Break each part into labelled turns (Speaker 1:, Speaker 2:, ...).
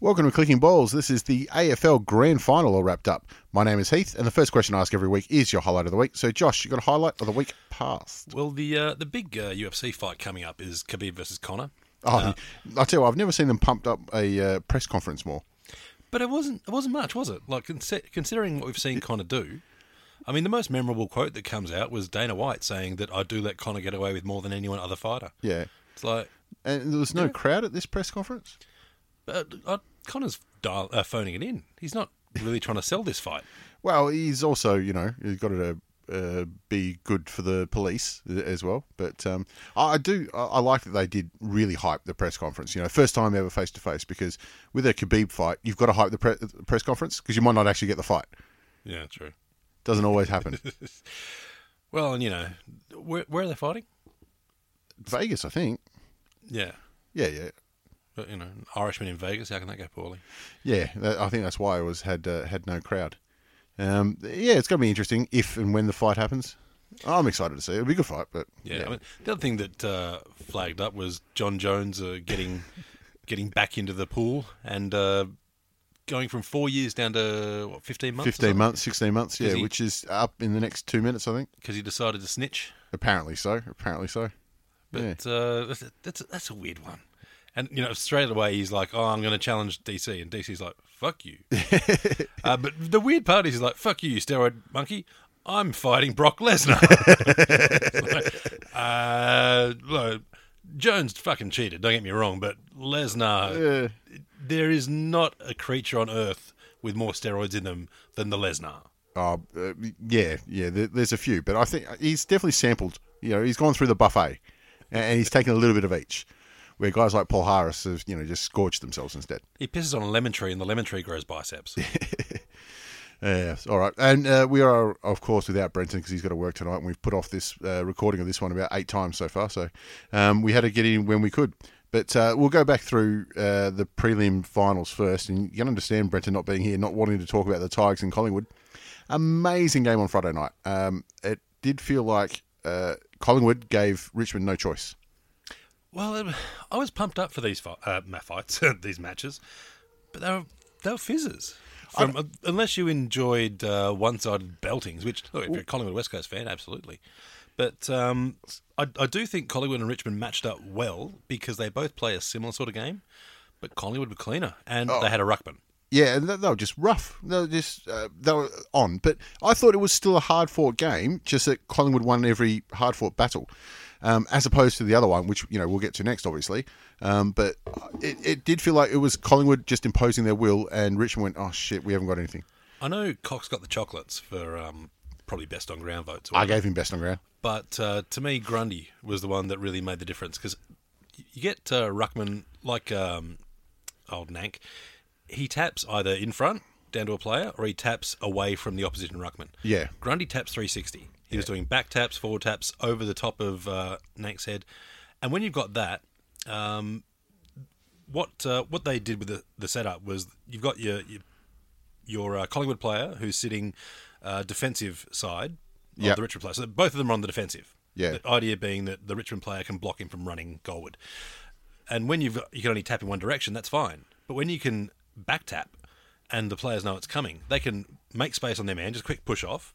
Speaker 1: Welcome to Clicking Balls. This is the AFL Grand Final all wrapped up. My name is Heath, and the first question I ask every week is your highlight of the week. So, Josh, you got a highlight of the week past?
Speaker 2: Well, the uh, the big uh, UFC fight coming up is Khabib versus Connor,
Speaker 1: Oh, I tell you, what, I've never seen them pumped up a uh, press conference more.
Speaker 2: but it wasn't it wasn't much, was it? Like consi- considering what we've seen Connor do, I mean, the most memorable quote that comes out was Dana White saying that I do let Connor get away with more than anyone other fighter.
Speaker 1: Yeah,
Speaker 2: It's like
Speaker 1: and there was no crowd at this press conference.
Speaker 2: uh, uh, Connor's dial- uh, phoning it in. He's not really trying to sell this fight.
Speaker 1: Well, he's also, you know, he's got to uh, be good for the police as well. But um, I I do, I I like that they did really hype the press conference. You know, first time ever face to face because with a Khabib fight, you've got to hype the pre- press conference because you might not actually get the fight.
Speaker 2: Yeah, true.
Speaker 1: Doesn't always happen.
Speaker 2: Well, and you know, where, where are they fighting?
Speaker 1: Vegas, I think.
Speaker 2: Yeah,
Speaker 1: Yeah, yeah,
Speaker 2: but, you know, Irishman in Vegas. How can that go poorly?
Speaker 1: yeah. that- I think that's why it was had uh, had no crowd. Um, yeah, it's going to be interesting if and when the fight happens. I'm excited to see. it. It'll be a good fight, but
Speaker 2: Yeah, I mean, the other thing that uh, flagged up was John Jones uh, getting getting back into the pool and uh, going from four years down to what fifteen months.
Speaker 1: 15 months, 16 months, yeah,
Speaker 2: he-
Speaker 1: which is up in the next two minutes, I think.
Speaker 2: because he decided to snitch.
Speaker 1: Apparently so. Apparently so.
Speaker 2: But uh, that's, that's that's a weird one. And you know, straight away he's like, "Oh, I'm going to challenge DC," and DC's like, "Fuck you." uh, but the weird part is he's like, "Fuck you, you steroid monkey." I'm fighting Brock Lesnar. It's like, uh, look, Jones fucking cheated. Don't get me wrong, but Lesnar, there is not a creature on earth with more steroids in them than the Lesnar.
Speaker 1: Uh, uh, yeah, yeah. There, there's a few, but I think uh, he's definitely sampled. You know, he's gone through the buffet, and, and he's taken a little bit of each. Where guys like Paul Harris have, you know, just scorched themselves instead.
Speaker 2: He pisses on a lemon tree, and the lemon tree grows biceps.
Speaker 1: Yeah, all right. And uh, we are, of course, without Brenton because he's got to work tonight, and we've put off this uh, recording of this one about eight times so far. So um, we had to get in when we could. But uh, we'll go back through uh, the prelim finals first, and you can understand Brenton not being here, not wanting to talk about the Tigers and Collingwood. Amazing game on Friday night. Um, it did feel like uh, Collingwood gave Richmond no choice.
Speaker 2: Well, it- I was pumped up for these fi- uh, ma- fights, these matches, but they were they were fizzes. From, uh, unless you enjoyed uh, one-sided beltings, which look, if you're a Collingwood West Coast fan, absolutely. But um, I, I do think Collingwood and Richmond matched up well because they both play a similar sort of game, but Collingwood were cleaner and they had a ruckman.
Speaker 1: Yeah, and they they were just rough. They were just uh, they were on, but I thought it was still a hard fought game. Just that Collingwood won every hard fought battle, um, as opposed to the other one, which you know we'll get to next, obviously. Um, but it, it did feel like it was Collingwood just imposing their will, and Richmond went, "Oh shit, we haven't got anything."
Speaker 2: I know Cox got the chocolates for um, probably best on ground votes. or
Speaker 1: I gave him best on ground.
Speaker 2: But uh, to me, Grundy was the one that really made the difference because you get uh, Ruckman like um, old Nank. He taps either in front down to a player or he taps away from the opposition Ruckman.
Speaker 1: Yeah.
Speaker 2: Grundy taps 360. He was doing back taps, forward taps over the top of uh, Nank's head. And when you've got that, um, what uh, what they did with the, the setup was you've got your your, your uh, Collingwood player who's sitting uh, defensive side of
Speaker 1: Yep.
Speaker 2: the Richmond player. So both of them are on the defensive.
Speaker 1: Yeah.
Speaker 2: The idea being that the Richmond player can block him from running goalward. And when you've got, you can only tap in one direction, that's fine. But when you can back tap and the players know it's coming, they can make space on their man, just quick push off,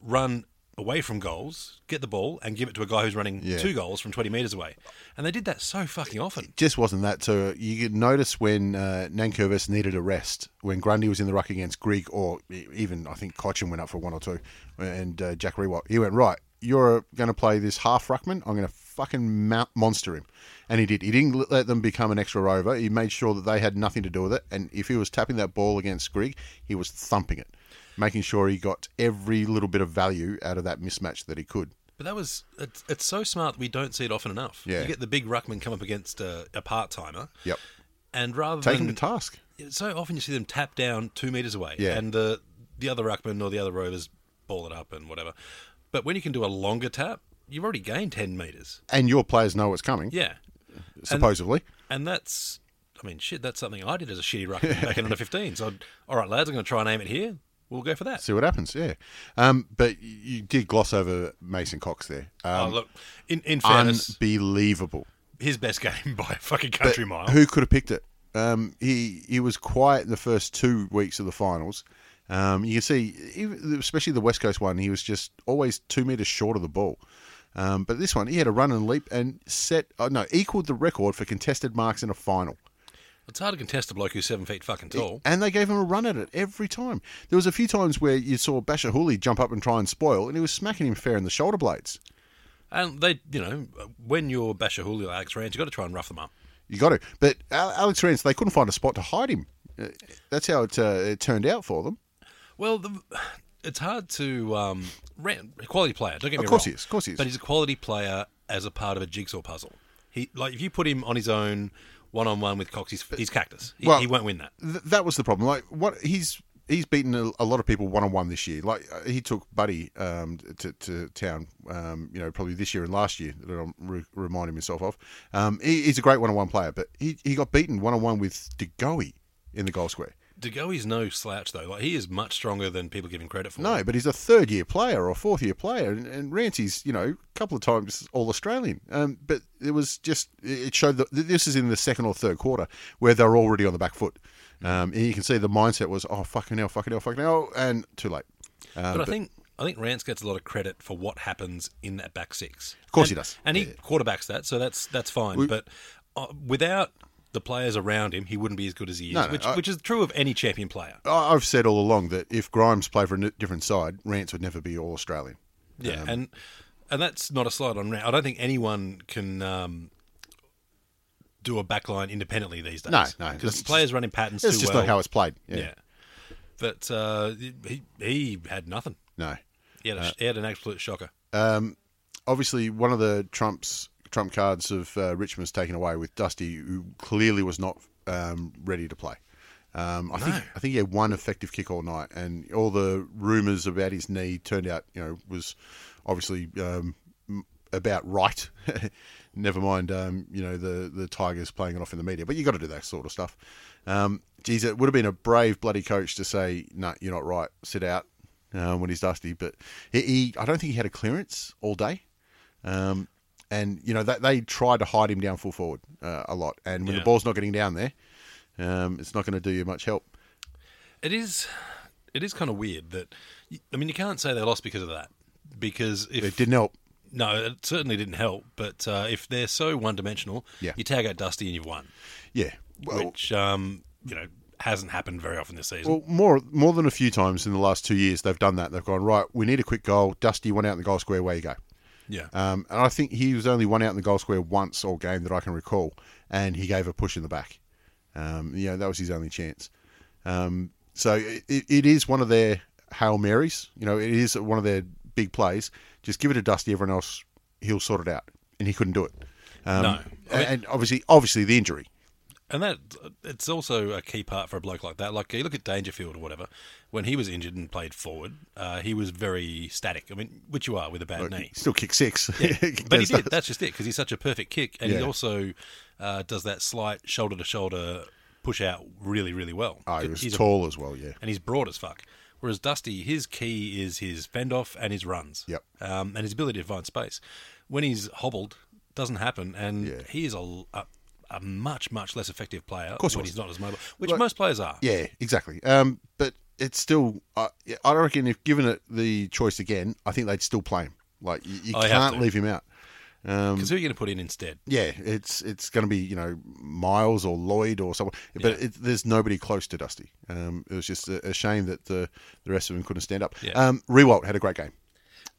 Speaker 2: run away from goals, get the ball, and give it to a guy who's running
Speaker 1: Yeah.
Speaker 2: two goals from 20 metres away. And they did that so fucking often.
Speaker 1: Just wasn't that. So you could notice when uh, Nankervis needed a rest, when Grundy was in the ruck against Greek, or e- even I think Cochin went up for one or two, and uh, Jack Rewalt, he went right. You're going to play this half ruckman. I'm going to fucking mount monster him, and he did. He didn't let them become an extra rover. He made sure that they had nothing to do with it. And if he was tapping that ball against Greek, he was thumping it, making sure he got every little bit of value out of that mismatch that he could.
Speaker 2: But that was, it's, it's so smart that we don't see it often enough.
Speaker 1: Yeah.
Speaker 2: You get the big ruckman come up against a, a part timer.
Speaker 1: Yep,
Speaker 2: And rather
Speaker 1: take him
Speaker 2: than
Speaker 1: to task.
Speaker 2: so often you see them tap down two meters away,
Speaker 1: Yeah.
Speaker 2: and the the other ruckman or the other rovers ball it up and whatever. But when you can do a longer tap, you've already gained ten meters.
Speaker 1: And your players know what's coming,
Speaker 2: Yeah,
Speaker 1: supposedly.
Speaker 2: and that's I mean shit. That's something I did as a shitty ruckman back in under 15s. I'd, all right, lads, I'm going to try and aim it here. We'll go for that.
Speaker 1: see what happens. Yeah, um, but you did gloss over Mason Cox there.
Speaker 2: oh
Speaker 1: Um,
Speaker 2: look, in in fairness,
Speaker 1: unbelievable.
Speaker 2: his best game by a fucking country mile.
Speaker 1: Who could have picked it? Um, he he was quiet in the first two weeks of the finals. Um, you can see, even- especially the West Coast one, he was just always two meters short of the ball. Um, but this one, he had a run and leap and set oh, no equaled the record for contested marks in a final.
Speaker 2: It's hard to contest a bloke who's seven feet fucking tall.
Speaker 1: And they gave him a run at it every time. There was a few times where you saw Basher Hooley jump up and try and spoil, and he was smacking him fair in the shoulder blades.
Speaker 2: And they, you know, when you're Basher Julio, Alex Rand, you've got to try and rough them up.
Speaker 1: You got to. But Al- Alex Rance, they couldn't find a spot to hide him. Uh, That's how it, uh, it turned out for them.
Speaker 2: Well, the, it's hard to um, Rand, a quality player. Don't get me
Speaker 1: Of course
Speaker 2: wrong.
Speaker 1: he is, of course he is.
Speaker 2: But he's a quality player as a part of a jigsaw puzzle. He like if you put him on his own, one on one with Cox, he's, he's cactus. He,
Speaker 1: Well-
Speaker 2: he won't win that.
Speaker 1: Th- that was the problem. Like what he's he's beaten a, a lot of people one on one this year. Like uh, he took Buddy um, to, to town. Um, you know, probably this year and last year that I'm re- reminding myself of. Um, he, he's a great one on one player, but he, he got beaten one on one with DeGoey in the goal square.
Speaker 2: De Goey's no slouch though. Like he is much stronger than people give him credit for.
Speaker 1: No, but he's a third year player or fourth year player, and, and Rancy's you know a couple of times all Australian. Um, but it was just it showed that this is in the second or third quarter where they're already on the back foot. Um, and you can see the mindset was oh fucking hell, fucking hell, fucking hell, and too late.
Speaker 2: but, I think I think Rance gets a lot of credit for what happens in that back six. Of
Speaker 1: course
Speaker 2: and,
Speaker 1: he does.
Speaker 2: and he quarterbacks that, so that's that's fine. but uh, without the players around him, he wouldn't be as good as he is,
Speaker 1: No, no,
Speaker 2: which
Speaker 1: I-
Speaker 2: which is true of any champion player.
Speaker 1: I- I've said all along that if Grimes played for a n- different side, Rance would never be all Australian.
Speaker 2: Yeah, and and that's not a slide on Rand. I don't think anyone can um, do a backline independently these days.
Speaker 1: No, no,
Speaker 2: because
Speaker 1: that's
Speaker 2: players running patterns
Speaker 1: It's
Speaker 2: too
Speaker 1: just
Speaker 2: well.
Speaker 1: not how it's played. Yeah,
Speaker 2: yeah. but uh, he he had nothing.
Speaker 1: no.
Speaker 2: He had, a, he had an absolute shocker.
Speaker 1: Obviously, one of the Trump's Trump cards of uh, Richmond's taken away with Dusty, who clearly was not um, ready to play. Um, I think I think he had one effective kick all night, and all the rumours about his knee turned out, you know, was obviously um, m- about right. Never mind, um, you know, the the Tigers playing it off in the media, but you got to do that sort of stuff. Um, geez, it would have been a brave bloody coach to say, "No, nah, you're not right. Sit out." Um, when he's dusty, but he, he, I don't think he had a clearance all day. Um, and you know they, they tried to hide him down full forward uh, a lot, and when the
Speaker 2: Yeah.
Speaker 1: ball's not getting down there, um, it's not going to do you much help.
Speaker 2: It is it is kind of weird that I mean you can't say they lost because of that because if
Speaker 1: It didn't help.
Speaker 2: no it certainly didn't help. But uh, if they're so one dimensional,
Speaker 1: Yeah.
Speaker 2: you tag out Dusty and you've won,
Speaker 1: Yeah, well,
Speaker 2: which um, you know hasn't happened very often this season.
Speaker 1: well, more more than a few times in the last two years they've done that. They've gone right. We need a quick goal. Dusty one out in the goal square. Where you go?
Speaker 2: yeah.
Speaker 1: Um, and I think he was only one out in the goal square once all game that I can recall, and he gave a push in the back. Um, you know, that was his only chance. Um, so it, it is one of their Hail Marys. You know, it is one of their big plays. Just give it to Dusty, everyone else, he'll sort it out. And he couldn't do it. Um,
Speaker 2: No. I mean-
Speaker 1: and obviously, obviously the injury.
Speaker 2: And that it's also a key part for a bloke like that. Like you look at Dangerfield or whatever, when he was injured and played forward, uh, he was very static. I mean, which you are with a bad knee.
Speaker 1: Still kick six.
Speaker 2: But he did. That's just it because he's such a perfect kick, and he
Speaker 1: Yeah.
Speaker 2: also uh, does that slight shoulder to shoulder push out really, really well.
Speaker 1: Oh, he was
Speaker 2: He's a-
Speaker 1: tall as well, yeah.
Speaker 2: and he's broad as fuck. Whereas Dusty, his key is his fend off and his runs.
Speaker 1: Yep.
Speaker 2: Um, and his ability to find space. When he's hobbled, doesn't happen, and
Speaker 1: Yeah.
Speaker 2: he is a, a a much much less effective player
Speaker 1: course he
Speaker 2: when
Speaker 1: was.
Speaker 2: he's not as mobile, which
Speaker 1: Like-
Speaker 2: most players are.
Speaker 1: Yeah, exactly. Um, but it's still. I, I reckon if given it the choice again, I think they'd still play him. Like you, you
Speaker 2: Oh, you have
Speaker 1: can't
Speaker 2: to.
Speaker 1: leave him out.
Speaker 2: Because who are you going to put in instead?
Speaker 1: Yeah, it's it's going to be you know Miles or Lloyd or someone, but it, there's nobody close to Dusty. Um, it was just a, a shame that the the rest of them couldn't stand up.
Speaker 2: Yeah.
Speaker 1: Um, Rewalt had a great game.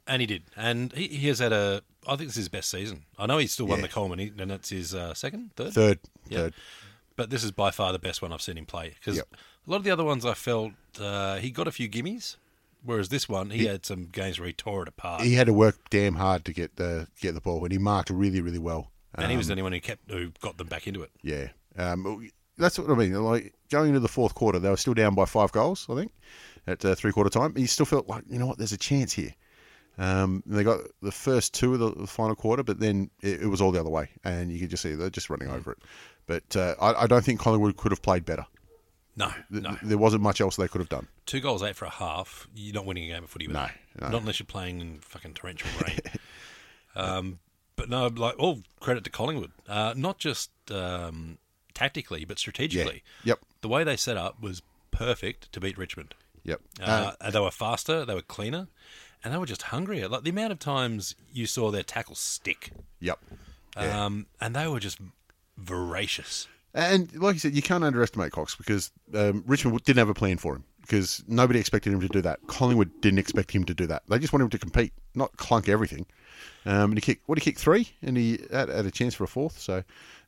Speaker 2: And he did. And he, he has had a. I think this is his best season. I know he's still won
Speaker 1: Yeah.
Speaker 2: the Coleman, he- and that's his uh, second, third.
Speaker 1: Third,
Speaker 2: Yeah.
Speaker 1: third.
Speaker 2: But this is by far the best one I've seen him play. Because
Speaker 1: Yep.
Speaker 2: a lot of the other ones I felt uh, he got a few gimmies, whereas this one he, had some games where he tore it apart.
Speaker 1: He had to work damn hard to get the get the ball, and he marked really really well.
Speaker 2: and
Speaker 1: Um,
Speaker 2: he was the only one who kept who got them back into it.
Speaker 1: Yeah, um, that's what I mean. Like going into the fourth quarter, they were still down by five goals, I think, at uh, three quarter time. You still felt like you know what, there's a chance here. Um, and they got the first two of the, the final quarter, but then it, it was all the other way, and you could just see they're just running over it. But uh, I, I don't think Collingwood could have played better.
Speaker 2: No,
Speaker 1: Th-
Speaker 2: no.
Speaker 1: There wasn't much else they could have done.
Speaker 2: Two goals, eight for a half. You're not winning a game of footy. with
Speaker 1: No,
Speaker 2: that.
Speaker 1: no.
Speaker 2: Not unless you're playing in fucking torrential rain. um, but no, like all credit to Collingwood, uh, not just um, tactically but
Speaker 1: Yeah.
Speaker 2: strategically.
Speaker 1: Yep.
Speaker 2: The way they set up was perfect to beat Richmond.
Speaker 1: Yep. Uh,
Speaker 2: Uh, and they were faster, they were cleaner, and they were just hungrier. Like the amount of times you saw their tackle stick,
Speaker 1: yep. Yeah.
Speaker 2: um, and they were just voracious.
Speaker 1: And like you said, you can't underestimate Cox because um, Richmond didn't have a plan for him because nobody expected him to do that. Collingwood didn't expect him to do that. They just wanted him to compete, not clunk everything. Um, and he kicked, what, he kicked three and he had, had a chance for a fourth. So,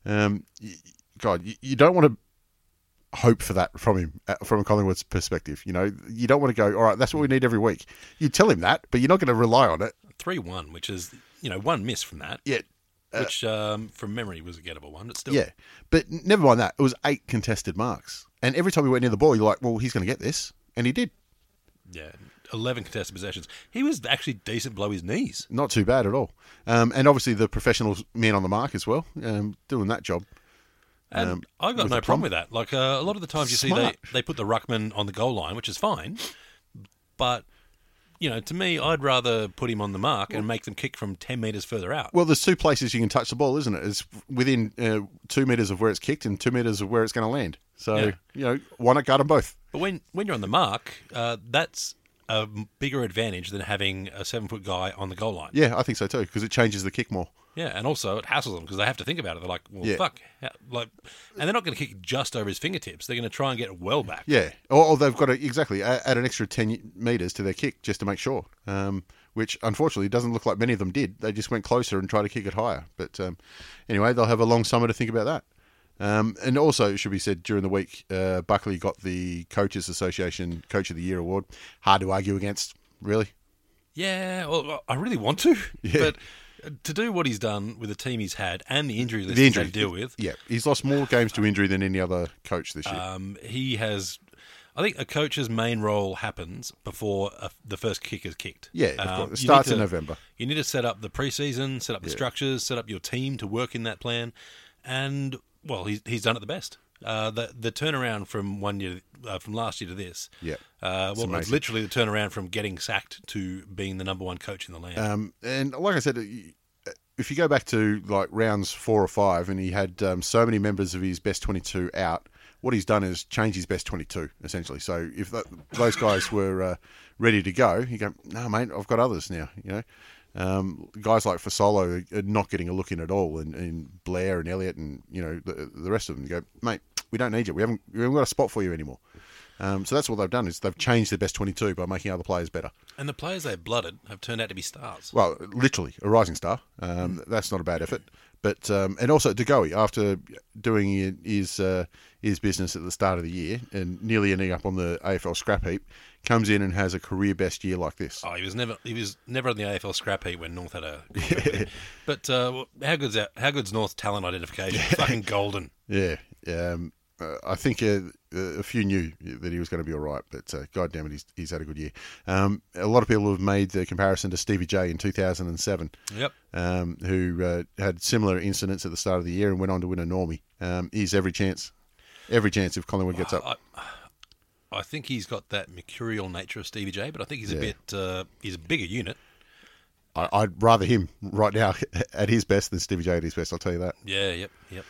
Speaker 1: um, y God, you, you don't want to hope for that from him, uh, from Collingwood's perspective. You know, you don't want to go, all right, that's what we need every week. You tell him that, but you're not going to rely on it.
Speaker 2: Three one, which is you know one miss from that,
Speaker 1: Yet,
Speaker 2: which um, from memory was a gettable one, but still,
Speaker 1: uh, Yeah, but never mind that. It was eight contested marks, and every time he went near the ball, you're like, "Well, he's going to get this," and he did.
Speaker 2: yeah, eleven contested possessions. He was actually decent below his knees.
Speaker 1: Not too bad at all. Um, and obviously, the professional man on the mark as well, um, doing that job.
Speaker 2: And
Speaker 1: Um,
Speaker 2: I've got
Speaker 1: with
Speaker 2: no
Speaker 1: the
Speaker 2: problem
Speaker 1: plum-
Speaker 2: with that. Like uh, a lot of the times, you
Speaker 1: Smart.
Speaker 2: see they they put the ruckman on the goal line, which is fine, but you know, to me, I'd rather put him on the mark and make them kick from ten meters further out.
Speaker 1: Well, there's two places you can touch the ball, isn't it? It's within uh, two meters of where it's kicked and two meters of where it's going to land. So
Speaker 2: Yeah.
Speaker 1: you know, why not guard them both?
Speaker 2: But when when you're on the mark, uh, that's a m- bigger advantage than having a seven foot guy on the goal line. Yeah,
Speaker 1: Yeah, I think so too because it changes the kick more.
Speaker 2: and also it hassles them because they have to think about it. They're like, well,
Speaker 1: Yeah.
Speaker 2: fuck, how, like, and they're not going to kick just over his fingertips. They're going to try and get it well back.
Speaker 1: Yeah, or, or they've got to exactly a- add an extra ten meters to their kick just to make sure. Um, which unfortunately doesn't look like many of them did. They just went closer and tried to kick it higher. But um, anyway, they'll have a long summer to think about that. Um, and also, it should be said during the week, uh, Buckley got the Coaches Association Coach of the Year award. Hard to argue against, really.
Speaker 2: Yeah, well, I really want to, but to do what he's done with the team he's had and the injury list
Speaker 1: The
Speaker 2: he's
Speaker 1: injury
Speaker 2: had to deal with,
Speaker 1: Yeah, he's lost more games to injury than any other coach this year.
Speaker 2: um, he has. I think a coach's main role happens before a, the first kick is kicked. Um,
Speaker 1: Yeah, of course. It
Speaker 2: you need
Speaker 1: starts in November.
Speaker 2: You need to set up the preseason, set up the structures, set up your team to work in that plan, and well, he's he's done it the best. Uh, the the turnaround from one year uh, from last year to this.
Speaker 1: Yeah.
Speaker 2: Uh, well, it's
Speaker 1: amazing.
Speaker 2: literally the turnaround from getting sacked to being the number one coach in the land.
Speaker 1: Um, and like I said, you- if you go back to like rounds four or five, and he had um, so many members of his best twenty-two out, what he's done is change his best twenty-two essentially. So if tho- those guys were uh, ready to go, you go, no, mate, I've got others now. You know, um, guys like Fasolo are not getting a look in at all, and, and Blair and Elliot and you know the, the rest of them go, mate, we don't need you. We haven't we haven't got a spot for you anymore. Um, so that's what they've done is they've changed their best twenty-two by making other players better.
Speaker 2: and the players they blooded have turned out to be stars.
Speaker 1: Well, literally a rising star. Um, That's not a bad effort. But um, and also Degoe after doing his uh, his business at the start of the year and nearly ending up on the AFL scrap heap, comes in and has a career best year like this.
Speaker 2: Oh, he was never he was never on the AFL scrap heap when North had a. but uh, well, how good's that? How good's North talent identification? Fucking golden.
Speaker 1: Yeah, um, uh, I think uh, a few knew that he was going to be all right, but uh, God damn it, he's, he's had a good year. Um, a lot of people have made the comparison to Stevie J in two thousand and seven.
Speaker 2: Yep.
Speaker 1: Um, who uh, had similar incidents at the start of the year and went on to win a normie. Um, he's every chance, every chance if Collingwood gets up.
Speaker 2: I think he's got that mercurial nature of Stevie J, but I think he's a bit uh, he's a bigger unit.
Speaker 1: I, I'd rather him right now at his best than Stevie J at his best. I'll tell you that.
Speaker 2: Yeah. Yep. Yep.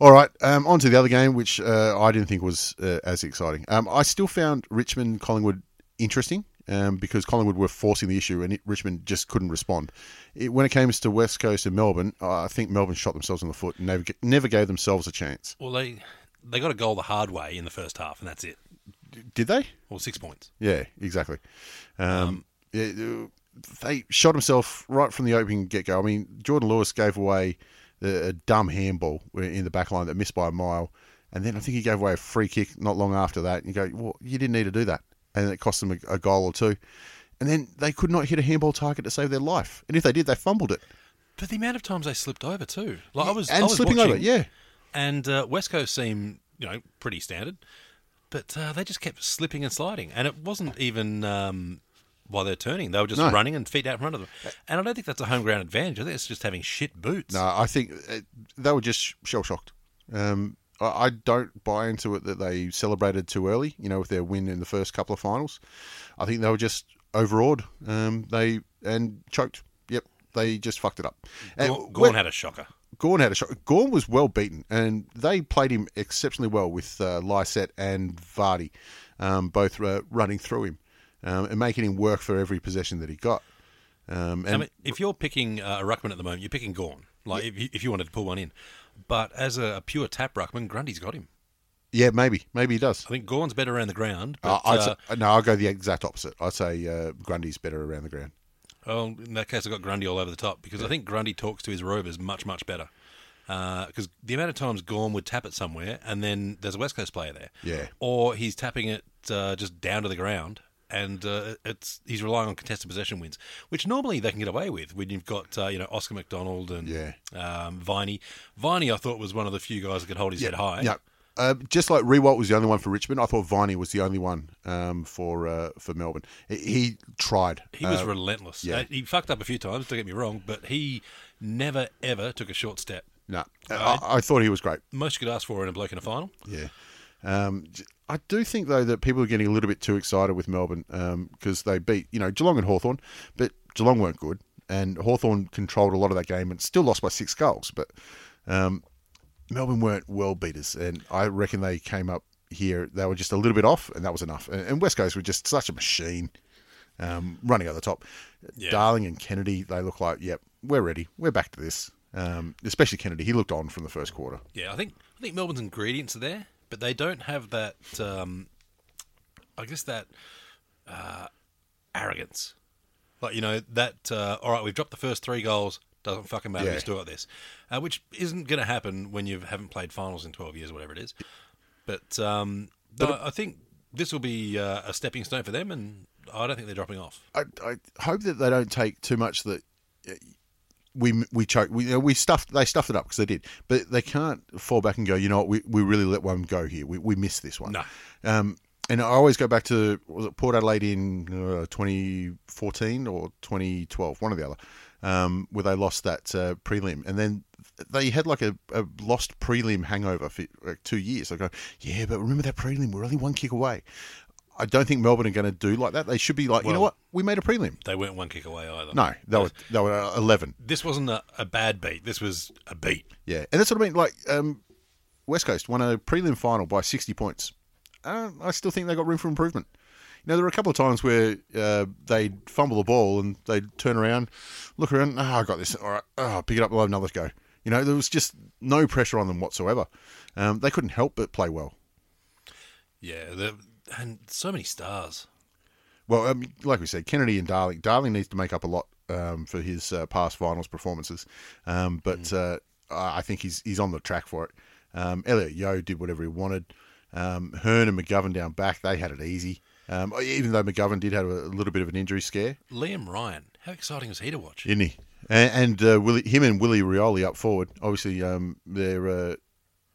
Speaker 1: All right, um, on to the other game, which uh, I didn't think was uh, as exciting. Um, I still found Richmond Collingwood interesting um, because Collingwood were forcing the issue and it, Richmond just couldn't respond. It, when it came to West Coast and Melbourne, uh, I think Melbourne shot themselves in the foot and never, g- never gave themselves a chance.
Speaker 2: Well, they they got a goal the hard way in the first half, and that's it.
Speaker 1: Did they?
Speaker 2: Well, six points.
Speaker 1: Yeah, exactly. Um, yeah, they shot himself right from the opening get go. I mean, Jordan Lewis gave away a, a dumb handball in the back line that missed by a mile, and then I think he gave away a free kick not long after that. And you go, well, you didn't need to do that, and it cost them a, a goal or two. And then they could not hit a handball target to save their life, and if they did, they fumbled it.
Speaker 2: But the amount of times they slipped over too, like I was,
Speaker 1: and
Speaker 2: I was
Speaker 1: slipping
Speaker 2: watching,
Speaker 1: over, yeah.
Speaker 2: And uh, West Coast seemed, you know, pretty standard, but uh, they just kept slipping and sliding, and it wasn't even um, while they're turning; they were just
Speaker 1: No.
Speaker 2: running and feet out in front of them. And I don't think that's a home ground advantage. I think it's just having shit boots.
Speaker 1: No, I think uh, they were just shell shocked. Um, I, I don't buy into it that they celebrated too early. You know, with their win in the first couple of finals, I think they were just overawed. Um, they and choked. Yep, they just fucked it up. And
Speaker 2: Gorn,
Speaker 1: when-
Speaker 2: Gorn had a shocker.
Speaker 1: Gorn had a shot. Gorn was well beaten, and they played him exceptionally well with uh, Lysette and Vardy, um, both uh, running through him um, and making him work for every possession that he got. Um, and
Speaker 2: I mean, if you're picking uh, a ruckman at the moment, you're picking Gorn. Like if, you, if you wanted to pull one in, but as a, a pure tap ruckman, Grundy's got him.
Speaker 1: yeah, maybe, maybe he does.
Speaker 2: I think Gorn's better around the ground.
Speaker 1: Uh,
Speaker 2: But,
Speaker 1: I'd
Speaker 2: uh,
Speaker 1: say, no, I'll go the exact opposite. I'd say uh, Grundy's better around the ground.
Speaker 2: Well, Oh, in that case, I got Grundy all over the top because I think Grundy talks to his rovers much, much better. Because the amount of times Gorm would tap it somewhere, and then there's a West Coast player there,
Speaker 1: Yeah.
Speaker 2: or he's tapping it uh, just down to the ground, and uh, it's he's relying on contested possession wins, which normally they can get away with when you've got uh, you know Oscar McDonald and
Speaker 1: Yeah.
Speaker 2: um, Viney. Viney, I thought was one of the few guys that could hold his head high.
Speaker 1: Yeah. Uh, just like Rewalt was the only one for Richmond, I thought Viney was the only one um, for uh, for Melbourne. He, he tried.
Speaker 2: He was
Speaker 1: Uh,
Speaker 2: relentless.
Speaker 1: yeah.
Speaker 2: Uh, he fucked up a few times. Don't get me wrong, but he never ever took a short step.
Speaker 1: no, I, I thought he was great.
Speaker 2: Most you could ask for in a bloke in a final.
Speaker 1: Yeah. Um, j- I do think though that people are getting a little bit too excited with Melbourne because they beat you know Geelong and Hawthorn, but Geelong weren't good, and Hawthorn controlled a lot of that game and still lost by six goals. But um, Melbourne weren't well beaters, and I reckon they came up here they were just a little bit off, and that was enough. And, and West Coast were just such a machine, um, running over the top.
Speaker 2: Yeah.
Speaker 1: Darling and Kennedy, they look like yep, we're ready, we're back to this. Um, especially Kennedy, he looked on from the first quarter.
Speaker 2: Yeah, I think I think Melbourne's ingredients are there, but they don't have that. Um, I guess that uh, arrogance, like you know that. Uh, all right, we've dropped the first three goals. Doesn't fucking matter.
Speaker 1: Yeah.
Speaker 2: We've still got this, uh, which isn't going to happen when you haven't played finals in twelve years, or whatever it is. But, um, no, I think this will be uh, a stepping stone for them, and I don't think they're dropping off.
Speaker 1: I, I hope that they don't take too much that uh, we we choked. We, you know, we stuffed. They stuffed it up because they did, but they can't fall back and go. You know what? We, we really let one go here. We we missed this one.
Speaker 2: No.
Speaker 1: Um, and I always go back to was it Port Adelaide in uh, 2014 or 2012, one or the other, um, where they lost that uh, prelim, and then they had like a, a lost prelim hangover for like two years. I go, yeah, but remember that prelim? We're only one kick away. I don't think Melbourne are going to do like that. They should be like, you know
Speaker 2: Well-
Speaker 1: what? We made a prelim.
Speaker 2: They weren't one kick away either.
Speaker 1: No, they were they were uh, eleven.
Speaker 2: this wasn't a, a bad beat. This was a beat.
Speaker 1: Yeah, and that's what I mean. Like um, West Coast won a prelim final by sixty points. Uh, I still think they got room for improvement. You know, there were a couple of times where uh, they'd fumble the ball and they'd turn around, look around, ah, I got this. All right, oh, pick it up, we'll have another go. You know, there was just no pressure on them whatsoever. Um, they couldn't help but play well.
Speaker 2: Yeah, the, and so many stars.
Speaker 1: Well, um, like we said, Kennedy and Darling. Darling needs to make up a lot um, for his uh, past finals performances, um, but uh, I I think he's he's on the track for it. Um, Elliot Yo did whatever he wanted. Um, Hearn and McGovern down back, they had it easy. Um, even though McGovern did have a little bit of an injury scare,
Speaker 2: Liam Ryan, how exciting was he to watch?
Speaker 1: didn't he? And, and uh, Willie, him and Willie Rioli up forward. Obviously, um, they're uh,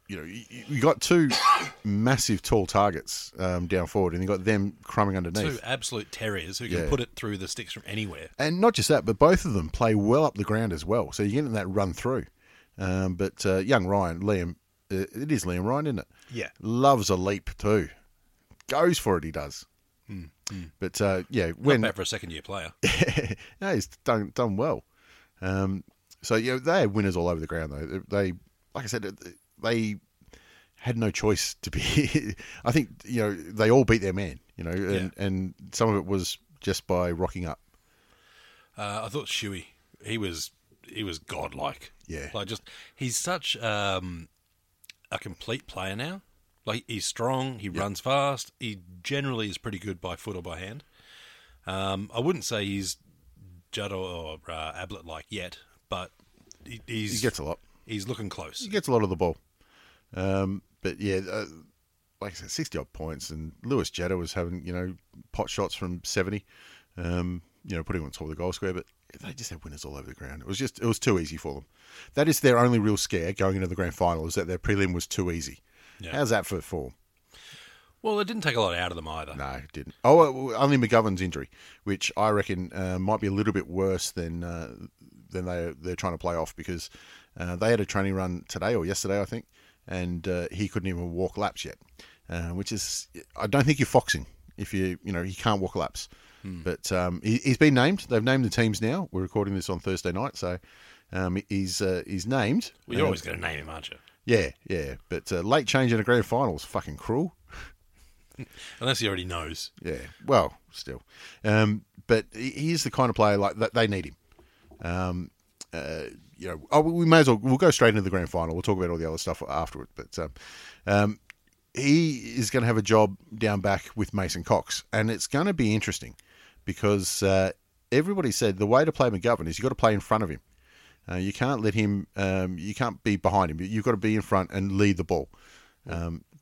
Speaker 1: you know you, you got two massive tall targets um, down forward, and you got them crumbing underneath.
Speaker 2: Two absolute terriers who can
Speaker 1: Yeah.
Speaker 2: put it through the sticks from anywhere.
Speaker 1: And not just that, but both of them play well up the ground as well. So you're getting that run through. Um, but uh, young Ryan, Liam, uh, it is Liam Ryan, isn't it?
Speaker 2: Yeah.
Speaker 1: Loves a leap too. Goes for it, he does. But uh, yeah, when
Speaker 2: Hmm, Not bad for a second year player.
Speaker 1: no, he's done done well. Um, so yeah, they had winners all over the ground though. They, like I said, they had no choice to be. I think you know they all beat their man. You know, and, and some of it was just by rocking up.
Speaker 2: Uh, I thought Shuey, he was he was godlike.
Speaker 1: Yeah.
Speaker 2: like just he's such um, a complete player now. Like he's strong, he runs fast. He generally is pretty good by foot or by hand. Um, I wouldn't say he's Judd or uh, Ablett like yet, but he,
Speaker 1: He
Speaker 2: he's
Speaker 1: gets a lot.
Speaker 2: he's looking close.
Speaker 1: He gets a lot of the ball. Um, but yeah, uh, like I said, sixty odd points, and Lewis Jetta was having you know pot shots from seventy. Um, you know, putting on top of the goal square, but they just had winners all over the ground. It was just it was too easy for them. That is their only real scare going into the grand final is that their prelim was too easy. How's that for form?
Speaker 2: Well, it didn't take a lot out of them either.
Speaker 1: No, it didn't. Oh, well, well, only McGovern's injury, which I reckon uh, might be a little bit worse than uh, than they they're trying to play off because uh, they had a training run today or yesterday, I think, and uh, he couldn't even walk laps yet, uh, which is I don't think you're foxing if you you know he can't walk laps,
Speaker 2: Hmm.
Speaker 1: but um, he, he's been named. They've named the teams now. We're recording this on Thursday night, so um, he's uh, he's named.
Speaker 2: Well, you're
Speaker 1: Um,
Speaker 2: always going to name him, aren't you?
Speaker 1: yeah, yeah, but uh, late change in a grand final is fucking cruel.
Speaker 2: Unless he already knows.
Speaker 1: Yeah. Well, still, um, but he- he is the kind of player like that. They need him. Um, uh, you know, oh, we may as well. We'll go straight into the grand final. We'll talk about all the other stuff afterward. But um, um, he is going to have a job down back with Mason Cox, and it's going to be interesting because uh, everybody said the way to play McGovern is you've got to play in front of him. Uh, you can't let him. Um, you can't be behind him. You've got to be in front and lead the ball.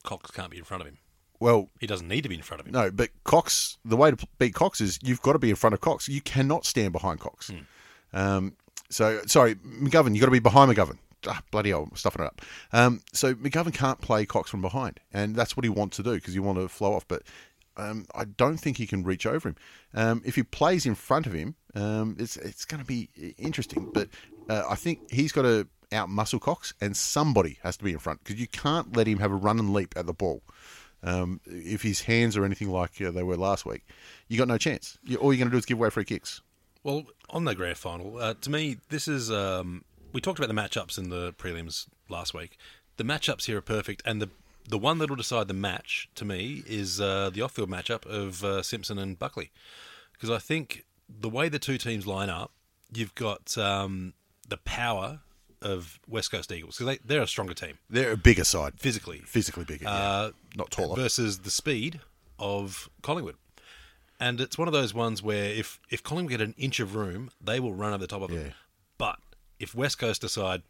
Speaker 2: Cox can't be in front of him.
Speaker 1: Well,
Speaker 2: He doesn't need to be in front of him.
Speaker 1: No, but Cox, the way to beat Cox is you've got to be in front of Cox. You cannot stand behind Cox. Um, so, sorry, McGovern, you've got to be behind McGovern. Ah, bloody hell, I'm stuffing it up. Um, so, McGovern can't play Cox from behind, and that's what he wants to do because you want to flow off. But um, I don't think he can reach over him. Um, if he plays in front of him, um, it's it's going to be interesting. But uh, I think he's got to out muscle Cox, and somebody has to be in front because you can't let him have a run and leap at the ball um, if his hands are anything like uh, they were last week, you got no chance. You, all you're going to do is give away free kicks.
Speaker 2: Well, on the grand final, uh, to me, this is. Um, we talked about the matchups in the prelims last week. The matchups here are perfect, and the the one that'll decide the match to me is uh, the off-field matchup of uh, Simpson and Buckley, because I think the way the two teams line up, you've got um, the power of West Coast Eagles because they, they're a stronger team
Speaker 1: They're a bigger side,
Speaker 2: physically.
Speaker 1: physically bigger,
Speaker 2: Uh,
Speaker 1: not taller.
Speaker 2: versus the speed of Collingwood. And it's one of those ones where if, if Collingwood get an inch of room, they will run over the top of
Speaker 1: Yeah.
Speaker 2: them. But if West Coast decide,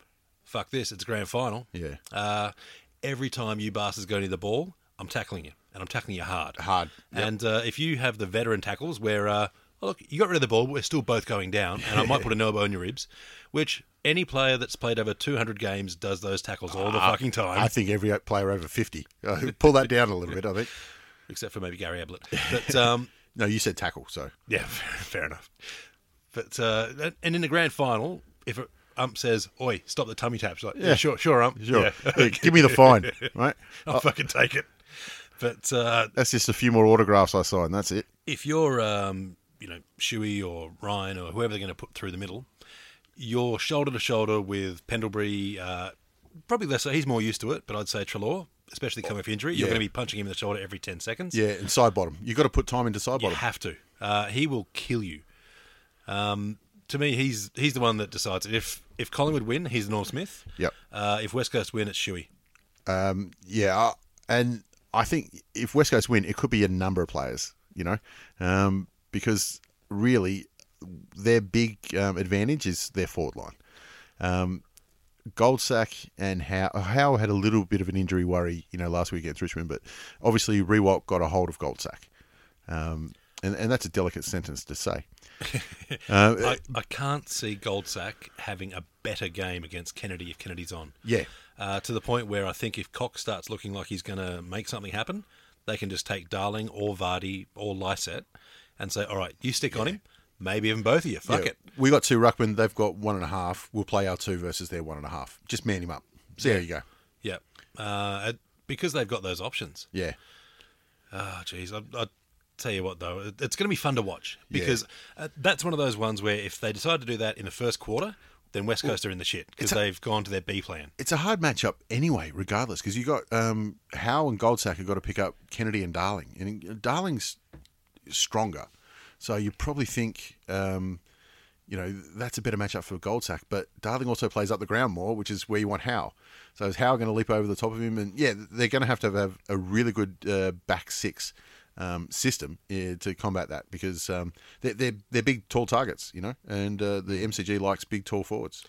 Speaker 2: fuck this, it's a grand final,
Speaker 1: Yeah.
Speaker 2: uh, every time you bastards go near the ball, I'm tackling you. And I'm tackling you hard.
Speaker 1: Hard, yep.
Speaker 2: And uh, if you have the veteran tackles where, uh, oh, look, you got rid of the ball, we're still both going down, and I might put an elbow in your ribs, which any player that's played over 200 games does those tackles all the fucking time.
Speaker 1: Ah, I think every player over fifty. Uh, pull that down a little bit. I think.
Speaker 2: except for maybe Gary Ablett. But um,
Speaker 1: No, you said tackle, so
Speaker 2: yeah, fair, fair enough. But uh, and in the grand final, if a ump says, "Oi, stop the tummy taps," you're like, yeah,
Speaker 1: Yeah.
Speaker 2: sure, sure, ump,
Speaker 1: sure. Uh,
Speaker 2: Yeah.
Speaker 1: Hey, give me the fine, right?
Speaker 2: I'll fucking take it. But uh,
Speaker 1: That's just a few more autographs I sign. That's it.
Speaker 2: if you're, um, you know, Shuey or Ryan or whoever they're going to put through the middle, you're shoulder to shoulder with Pendlebury. Uh, probably less so. He's more used to it, but I'd say Trelaw, especially coming off injury, you're
Speaker 1: Yeah.
Speaker 2: going to be punching him in the shoulder every ten seconds.
Speaker 1: Yeah, and side bottom. You got to put time into side
Speaker 2: You
Speaker 1: bottom.
Speaker 2: have to. Uh, he will kill you. Um, to me, he's he's the one that decides. it. If if Collingwood win, he's Norm Smith.
Speaker 1: Yep.
Speaker 2: Uh, if West Coast win, it's Shuey.
Speaker 1: Um, yeah, I- and I think if West Coast win, it could be a number of players, you know, um, because really their big um, advantage is their forward line. Um, Goldsack and Howe, Howe had a little bit of an injury worry, you know, last week against Richmond, but obviously Rewalt got a hold of Goldsack. Um, and, and that's a delicate sentence to say. Uh,
Speaker 2: I, I can't see Goldsack having a better game against Kennedy if Kennedy's on.
Speaker 1: yeah.
Speaker 2: Uh, to the point where I think if Cox starts looking like he's going to make something happen, they can just take Darling or Vardy or Lyset and say, "All right, you stick on him. Maybe even both of you. Fuck
Speaker 1: Yeah.
Speaker 2: it."
Speaker 1: We got two ruckmen. They've got one and a half. We'll play our two versus their one and a half. Just man him up. See how you go.
Speaker 2: Yeah. Uh, it- because they've got those options.
Speaker 1: Yeah.
Speaker 2: Oh, jeez. I, I tell you what, though, it- it's going to be fun to watch because uh, that's one of those ones where if they decide to do that in the first quarter, then West Coast are in the shit because they've gone to their B plan.
Speaker 1: It's a hard matchup anyway, regardless, because you got um, Howe and Goldsack have got to pick up Kennedy and Darling, and Darling's stronger, so you probably think, um, you know, that's a better matchup for Goldsack. But Darling also plays up the ground more, which is where you want Howe. So is Howe going to leap over the top of him? And yeah, they're going to have to have a really good uh, back six. Um, system uh, to combat that because um, they're, they're they're big tall targets, you know, and uh, the MCG likes big tall forwards.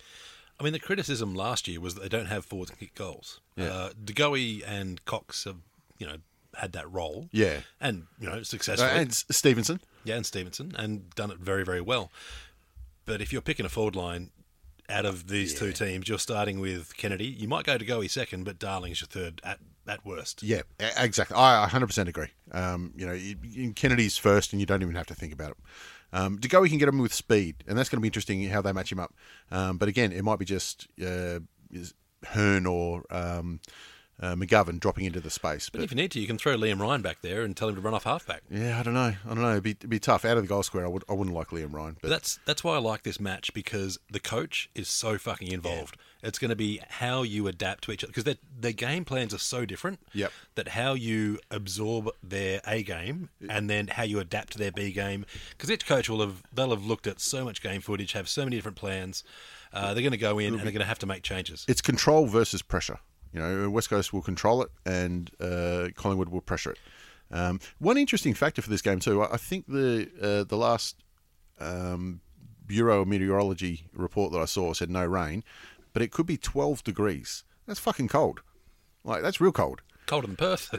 Speaker 2: I mean, the criticism last year was that they don't have forwards to kick goals. Uh, DeGoey and Cox have, you know, had that role.
Speaker 1: Yeah.
Speaker 2: And, you know, successfully.
Speaker 1: Uh, and S- Stevenson,
Speaker 2: yeah, and Stevenson, and done it very, very well. But if you're picking a forward line out of these two teams, you're starting with Kennedy. You might go to Goey second, but Darling's your third at, at worst.
Speaker 1: Yeah, e- exactly. I 100% agree. Um, you know, you- you- Kennedy's first, and you don't even have to think about it. Um, De Goey can get him with speed, and that's going to be interesting how they match him up. Um, but again, it might be just uh, is Hearn or um, uh, McGovern dropping into the space.
Speaker 2: But if you need to, you can throw Liam Ryan back there and tell him to run off halfback.
Speaker 1: yeah, I don't know. I don't know. It'd be, it'd be tough out of the goal square. I would. I wouldn't like Liam Ryan, but
Speaker 2: But that's that's why I like this match because the coach is so fucking involved. It's going to be how you adapt to each other because their their game plans are so different.
Speaker 1: Yep.
Speaker 2: That how you absorb their A game and then how you adapt to their B game because each coach will have they'll have looked at so much game footage, have so many different plans. Uh, they're going to go in and they're going to have to make changes.
Speaker 1: it's control versus pressure. You know, uh, West Coast will control it, and uh, Collingwood will pressure it. Um, one interesting factor for this game too, I I think the uh, the last um, Bureau of Meteorology report that I saw said no rain, but it could be 12 degrees. That's fucking cold. Like that's real cold,
Speaker 2: Colder than Perth.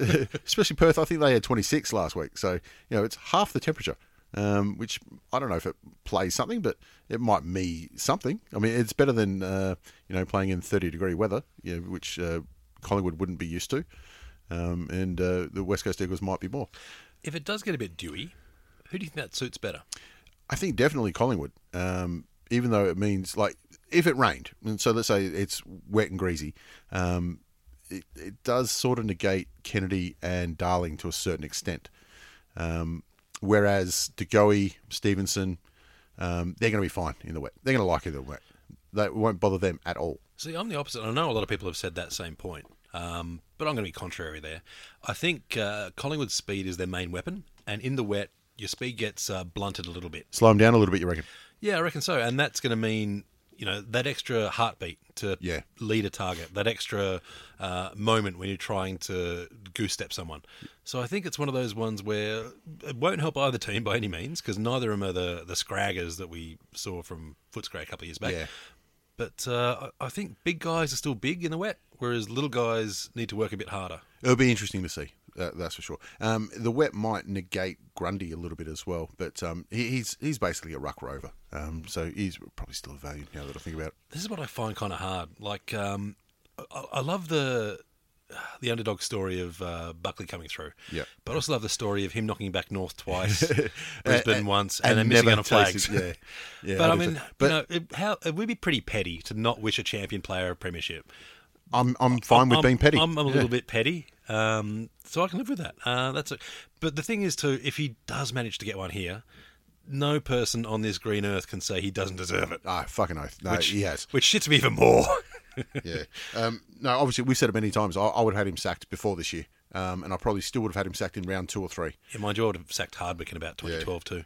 Speaker 1: especially Perth. I think they had 26 last week, so you know it's half the temperature. Um, which I don't know if it plays something, but it might me something. I mean, it's better than uh, you know playing in 30 degree weather, you know, which uh, Collingwood wouldn't be used to, um, and uh, the West Coast Eagles might be more.
Speaker 2: if it does get a bit dewy, who do you think that suits better?
Speaker 1: I think definitely Collingwood. Um, even though it means like if it rained, and so let's say it's wet and greasy, um, it, it does sort of negate Kennedy and Darling to a certain extent. Um, whereas DeGoey, Stevenson, um, they're going to be fine in the wet. They're going to like it in the wet. That won't bother them at all.
Speaker 2: See, I'm the opposite. I know a lot of people have said that same point, um, but I'm going to be contrary there. I think uh, Collingwood's speed is their main weapon, and in the wet, your speed gets uh, blunted a little bit.
Speaker 1: Slow them down a little bit, you reckon?
Speaker 2: Yeah, I reckon so. And that's going to mean, you know, that extra heartbeat to
Speaker 1: Yeah.
Speaker 2: lead a target, that extra uh, moment when you're trying to goose step someone. So I think it's one of those ones where it won't help either team by any means because neither of them are the, the scraggers that we saw from Footscray a couple of years back.
Speaker 1: Yeah.
Speaker 2: But uh, I I think big guys are still big in the wet, whereas little guys need to work a bit harder.
Speaker 1: It'll be interesting to see. Uh, that's for sure. Um, the wet might negate Grundy a little bit as well, but um, he, he's he's basically a ruck rover, um, so he's probably still a value now that I think about it.
Speaker 2: this is what I find kind of hard. Like, um, I, I love the the underdog story of uh, Buckley coming through.
Speaker 1: Yeah.
Speaker 2: but I also love the story of him knocking back North twice, Brisbane
Speaker 1: And-
Speaker 2: once, and,
Speaker 1: and
Speaker 2: then missing
Speaker 1: never
Speaker 2: out on flags.
Speaker 1: tasted- yeah. Yeah,
Speaker 2: but
Speaker 1: I
Speaker 2: I
Speaker 1: do
Speaker 2: mean,
Speaker 1: too. But-
Speaker 2: you know, it, how it would be pretty petty to not wish a champion player a premiership.
Speaker 1: I'm I'm fine with
Speaker 2: I'm,
Speaker 1: being petty.
Speaker 2: I'm, I'm a
Speaker 1: Yeah.
Speaker 2: little bit petty, um, so I can live with that. Uh, that's it. But the thing is, too, if he does manage to get one here, no person on this green earth can say he doesn't deserve it.
Speaker 1: Ah, fucking oath. No,
Speaker 2: Which,
Speaker 1: he has.
Speaker 2: which shits me even more.
Speaker 1: Yeah. Um, no, obviously we've said it many times. I, I would have had him sacked before this year, um, and I probably still would have had him sacked in round two or three.
Speaker 2: Yeah, mind you, I would have sacked Hardwick in about 2012 too.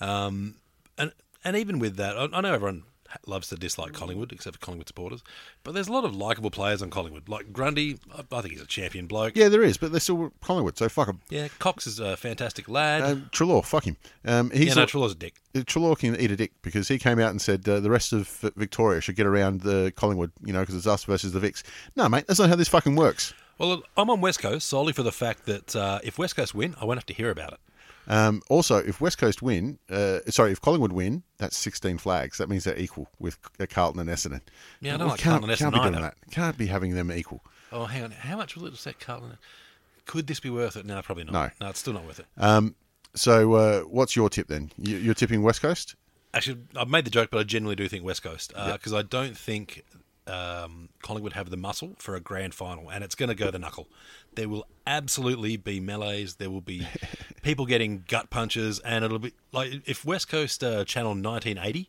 Speaker 2: Um, and and even with that, I, I know everyone ha- loves to dislike Collingwood, except for Collingwood supporters, but there's a lot of likable players on Collingwood. Like Grundy, I, I think he's a champion bloke.
Speaker 1: Yeah, there is, but they're still Collingwood, so fuck him.
Speaker 2: Yeah, Cox is a fantastic lad.
Speaker 1: Um, Trelaw, fuck him. Um, he's
Speaker 2: yeah,
Speaker 1: the-
Speaker 2: no, Trelaw's a dick.
Speaker 1: Uh, Trelaw can eat a dick because he came out and said uh, the rest of V- Victoria should get around the Collingwood, you know, because it's us versus the Vics. No, mate, that's not how this fucking works.
Speaker 2: Well, I'm on West Coast solely for the fact that uh, if West Coast win, I won't have to hear about it.
Speaker 1: Um, also, if West Coast win, uh, sorry, if Collingwood win, that's 16 flags. That means they're equal with uh, Carlton and Essendon.
Speaker 2: Yeah, I don't
Speaker 1: We
Speaker 2: like
Speaker 1: can't,
Speaker 2: Carlton and
Speaker 1: can't be
Speaker 2: Essendon
Speaker 1: doing
Speaker 2: either.
Speaker 1: that. Can't be having them equal.
Speaker 2: Oh, hang on. How much will it set Carlton? Could this be worth it? No, probably not.
Speaker 1: No.
Speaker 2: no it's still not worth it.
Speaker 1: So, uh, what's your tip then? You, you're tipping West Coast?
Speaker 2: Actually, I've made the joke, but I generally do think West Coast because I don't think um, Collingwood have the muscle for a grand final, and it's going to go the knuckle. There will absolutely be melee's. There will be people getting gut punches, and it'll be like if West Coast uh, Channel 1980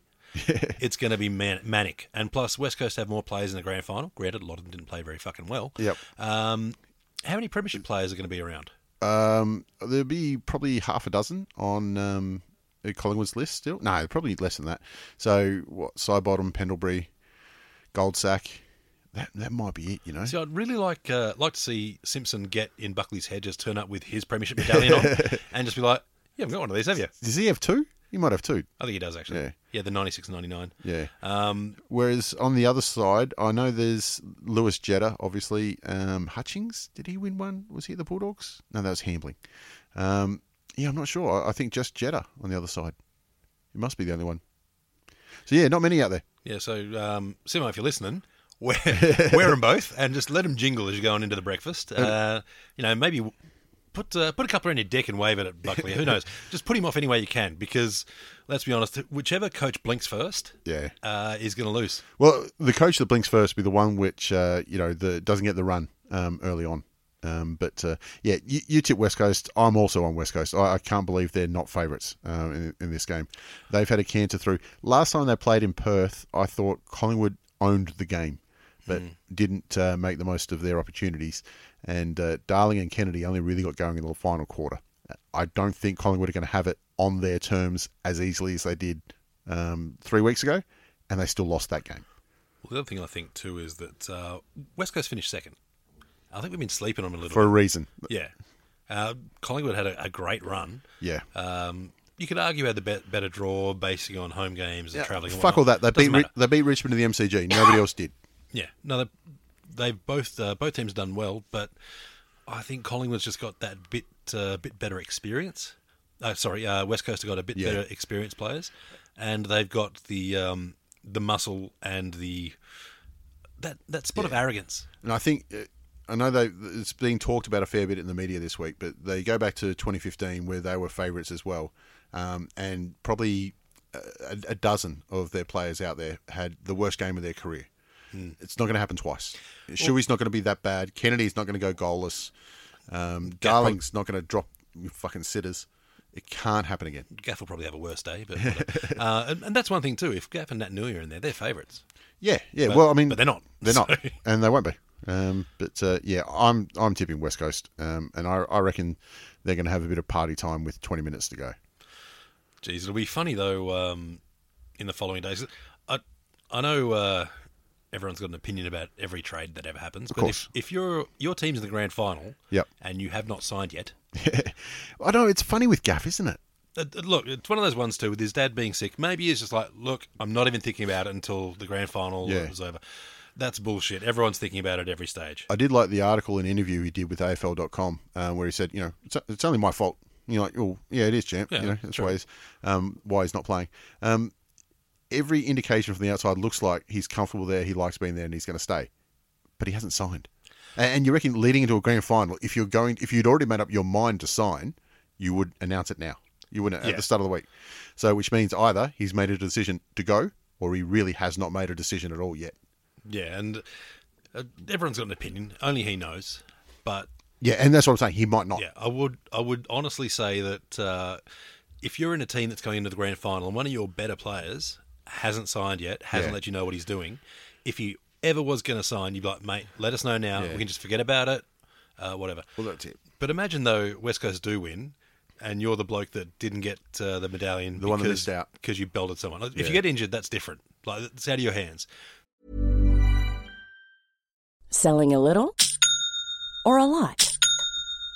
Speaker 2: it's going to be man- manic. And plus, West Coast have more players in the grand final. Granted, a lot of them didn't play very fucking well.
Speaker 1: Yep.
Speaker 2: Um, how many Premiership players are going to be around?
Speaker 1: Um, there'll be probably half a dozen on um, Collingwood's list still. No, probably less than that. So what? Sidebottom, Pendlebury, Goldsack. That that might be it. You know.
Speaker 2: See, I'd really like uh, like to see Simpson get in Buckley's head, just turn up with his Premiership medallion on, and just be like, "You haven't got one of these, have you?"
Speaker 1: Does he have two? He might have two.
Speaker 2: I think he does actually.
Speaker 1: Yeah.
Speaker 2: the 96 99.
Speaker 1: Yeah.
Speaker 2: Um,
Speaker 1: Whereas on the other side, I know there's Lewis Jetta, obviously. Um, Hutchings, did he win one? Was he at the Bulldogs? No, that was Hambling. Um, yeah, I'm not sure. I, I think just Jetta on the other side. He must be the only one. So yeah, not many out there.
Speaker 2: yeah, so um, Simo, if you're listening, wear, wear them both and just let them jingle as you're going into the breakfast. Uh, you know, maybe w- put uh, put a couple around your dick and wave it at Buckley. Who knows? Just put him off any way you can because, let's be honest, whichever coach blinks first
Speaker 1: Yeah.
Speaker 2: uh, is going to lose.
Speaker 1: Well, the coach that blinks first be the one which uh, you know the doesn't get the run um, early on. Um, but uh, yeah, you, you tip West Coast. I'm also on West Coast. I, I can't believe they're not favourites um, in, in this game. They've had a canter through. Last time they played in Perth, I thought Collingwood owned the game, but didn't uh, make the most of their opportunities. And uh, Darling and Kennedy only really got going in the final quarter. I don't think Collingwood are going to have it on their terms as easily as they did um, three weeks ago, and they still lost that game.
Speaker 2: Well, the other thing I think too is that uh, West Coast finished second. I think we've been sleeping on them a little
Speaker 1: for a reason.
Speaker 2: bit. Yeah. Uh, Collingwood had a, a great run.
Speaker 1: Yeah.
Speaker 2: Um, you could argue had the bet better draw basing on home games and travelling. and
Speaker 1: Fuck all that.
Speaker 2: whatnot.
Speaker 1: They beat
Speaker 2: Doesn't
Speaker 1: Ri-
Speaker 2: matter.
Speaker 1: they beat Richmond in the MCG. Nobody else did.
Speaker 2: yeah, no, they, they've both uh, both teams done well, but I think Collingwood's just got that bit uh, bit better experience. Uh, sorry, uh, West Coast have got a bit
Speaker 1: Yeah.
Speaker 2: better experienced players, and they've got the um, the muscle and the that that spot of arrogance.
Speaker 1: And I think uh, I know they it's being talked about a fair bit in the media this week, but they go back to 2015 where they were favourites as well, um, and probably a, a dozen of their players out there had the worst game of their career. It's not going to happen twice. Shuey's not going to be that bad. Kennedy's not going to go goalless. Um, Darling's not going to drop fucking sitters. It can't happen again.
Speaker 2: Gaff will probably have a worse day, but whatever. uh, and, and that's one thing too. If Gaff and Nat Nui are in there, they're favourites.
Speaker 1: Yeah, yeah. well, I mean,
Speaker 2: but they're not.
Speaker 1: They're
Speaker 2: So-
Speaker 1: not, and they won't be. Um, but uh, yeah, I'm I'm tipping West Coast, um, and I, I reckon they're going to have a bit of party time with 20 minutes to go.
Speaker 2: Jeez, it'll be funny though. Um, in the following days, I I know uh, everyone's got an opinion about every trade that ever happens, but
Speaker 1: course.
Speaker 2: if if your your team's in the grand final,
Speaker 1: Yep.
Speaker 2: and you have not signed yet,
Speaker 1: I know it's funny with Gaff, isn't it?
Speaker 2: uh, uh, look, it's one of those ones too. With his dad being sick, maybe he's just like, look, I'm not even thinking about it until the grand final
Speaker 1: Yeah.
Speaker 2: is over. That's bullshit. Everyone's thinking about it every stage.
Speaker 1: I did like the article and interview he did with AFL.com um, where he said, you know, it's, it's only my fault. You're like, well, yeah, it is, champ.
Speaker 2: Yeah,
Speaker 1: you know, that's
Speaker 2: true.
Speaker 1: why he's um, why he's not playing. Um, every indication from the outside looks like he's comfortable there, he likes being there, and he's going to stay, but he hasn't signed. A- And you reckon leading into a grand final, if you're going, if you'd already made up your mind to sign, you would announce it now. You wouldn't at
Speaker 2: Yeah.
Speaker 1: the start of the week. So, which means either he's made a decision to go, or he really has not made a decision at all yet.
Speaker 2: Yeah, and uh, everyone's got an opinion. Only he knows. But
Speaker 1: Yeah, and that's what I'm saying. He might not.
Speaker 2: Yeah, I would. I would honestly say that uh, if you're in a team that's going into the grand final and one of your better players hasn't signed yet, hasn't
Speaker 1: Yeah.
Speaker 2: let you know what he's doing, if he ever was going to sign, you'd be like, mate, let us know now. We can just forget about it, uh, whatever.
Speaker 1: Well, that's it.
Speaker 2: But imagine though, West Coast do win. And you're the bloke that didn't get uh, the medallion,
Speaker 1: The one that missed out.
Speaker 2: because you belted someone. If
Speaker 1: Yeah.
Speaker 2: you get injured, that's different. Like it's out of your hands.
Speaker 3: Selling a little or a lot?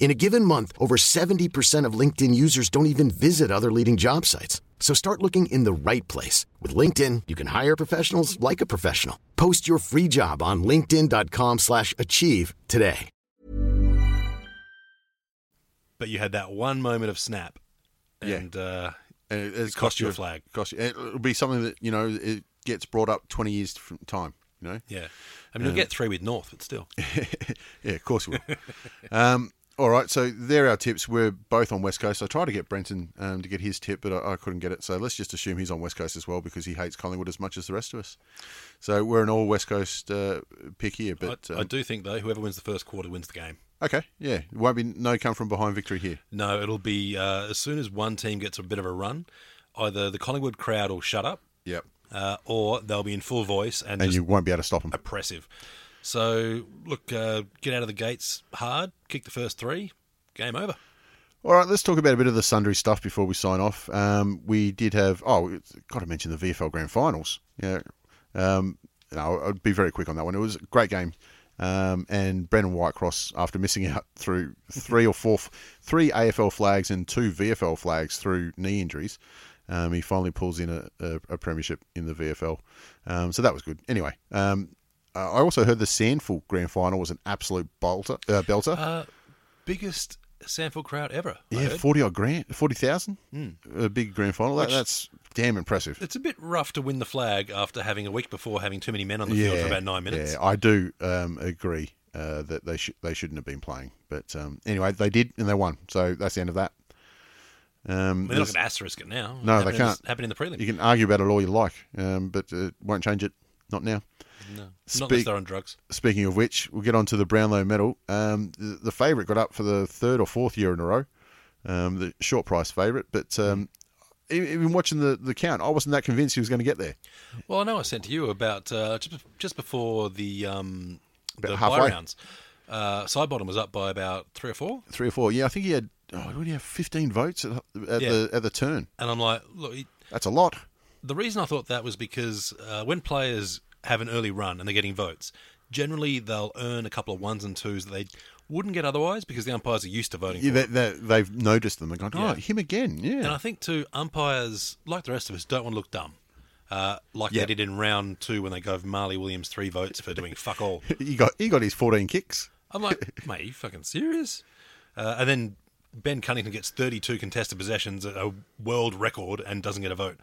Speaker 4: In a given month, over 70% of LinkedIn users don't even visit other leading job sites. So start looking in the right place. With LinkedIn, you can hire professionals like a professional. Post your free job on linkedin.com/achieve slash achieve today.
Speaker 2: But you had that one moment of snap,
Speaker 1: Yeah.
Speaker 2: and uh,
Speaker 1: And it, it's
Speaker 2: cost you a flag.
Speaker 1: Cost you. It'll be something that you know it gets brought up twenty years from time. You know.
Speaker 2: yeah, I mean, you'll get three with North, but still,
Speaker 1: yeah, of course we will. um, all right, so there are our tips. We're both on West Coast. I tried to get Brenton um, to get his tip, but I, I couldn't get it. So let's just assume he's on West Coast as well because he hates Collingwood as much as the rest of us. So we're an all West Coast uh, pick here. But
Speaker 2: I, I
Speaker 1: um,
Speaker 2: do think though, whoever wins the first quarter wins the game.
Speaker 1: okay, yeah, it won't be no come from behind victory here.
Speaker 2: No, it'll be uh, as soon as one team gets a bit of a run, either the Collingwood crowd will shut up,
Speaker 1: Yep,
Speaker 2: uh, or they'll be in full voice and,
Speaker 1: and
Speaker 2: just
Speaker 1: you won't be able to stop him.
Speaker 2: oppressive. So look, uh, get out of the gates hard, kick the first three, game over.
Speaker 1: All right, let's talk about a bit of the sundry stuff before we sign off. Um, we did have oh, it's- got to mention the VFL Grand Finals. Yeah, um, no, I'd be very quick on that one. It was a great game, um, and Brendan Whitecross, after missing out through three or four, three AFL flags and two VFL flags through knee injuries, um, he finally pulls in a, a, a premiership in the VFL. Um, so that was good. Anyway. Um, uh, I also heard the Sandful Grand Final was an absolute bolter, uh, belter.
Speaker 2: Biggest Sanford crowd ever. I
Speaker 1: Yeah,
Speaker 2: heard. Hmm.
Speaker 1: forty odd grand, forty thousand, a big grand final. That, that's damn impressive.
Speaker 2: it's a bit rough to win the flag after having a week before having too many men on the field for about nine minutes.
Speaker 1: Yeah, I do um, agree uh, that they should they shouldn't have been playing. But um, anyway, they did and they won. So that's the end of that. Um,
Speaker 2: I mean, they're not
Speaker 1: there's-
Speaker 2: going to asterisk it now.
Speaker 1: No, they
Speaker 2: It happened in
Speaker 1: can't.
Speaker 2: the- Happened in the prelim.
Speaker 1: you can argue about it all you like, um, but it won't change it. Not now.
Speaker 2: no. Not unless
Speaker 1: speak-
Speaker 2: they're on drugs.
Speaker 1: Speaking of which, we'll get on to the Brownlow medal. Um, the, the favourite got up for the third or fourth year in a row, um, the short price favourite. But um, e- even watching the, the count, I wasn't that convinced he was going to get there.
Speaker 2: Well, I know I sent to you about uh, just, just before the um,
Speaker 1: About
Speaker 2: the
Speaker 1: halfway.
Speaker 2: buy rounds. Uh, side bottom was up by about three or four,
Speaker 1: three or four. Yeah, I think he had. Oh, what did he have? Fifteen votes at, at
Speaker 2: Yeah.
Speaker 1: the at the turn.
Speaker 2: and I'm like, look, he-
Speaker 1: That's a lot.
Speaker 2: the reason I thought that was because uh, when players have an early run and they're getting votes, generally they'll earn a couple of ones and twos that they wouldn't get otherwise because the umpires are used to voting.
Speaker 1: Yeah,
Speaker 2: for
Speaker 1: they, they, they've noticed them. They're going, oh,
Speaker 2: Yeah.
Speaker 1: him again.
Speaker 2: it. And I
Speaker 1: Yeah,
Speaker 2: think too, umpires, like the rest of us, don't want to look dumb. Uh, like
Speaker 1: Yeah.
Speaker 2: they did in round two when they gave Marley Williams three votes for doing fuck all.
Speaker 1: he got he got his fourteen kicks.
Speaker 2: I'm like, mate, you fucking serious? Uh, and then Ben Cunnington gets 32 contested possessions, a world record, and doesn't get a vote.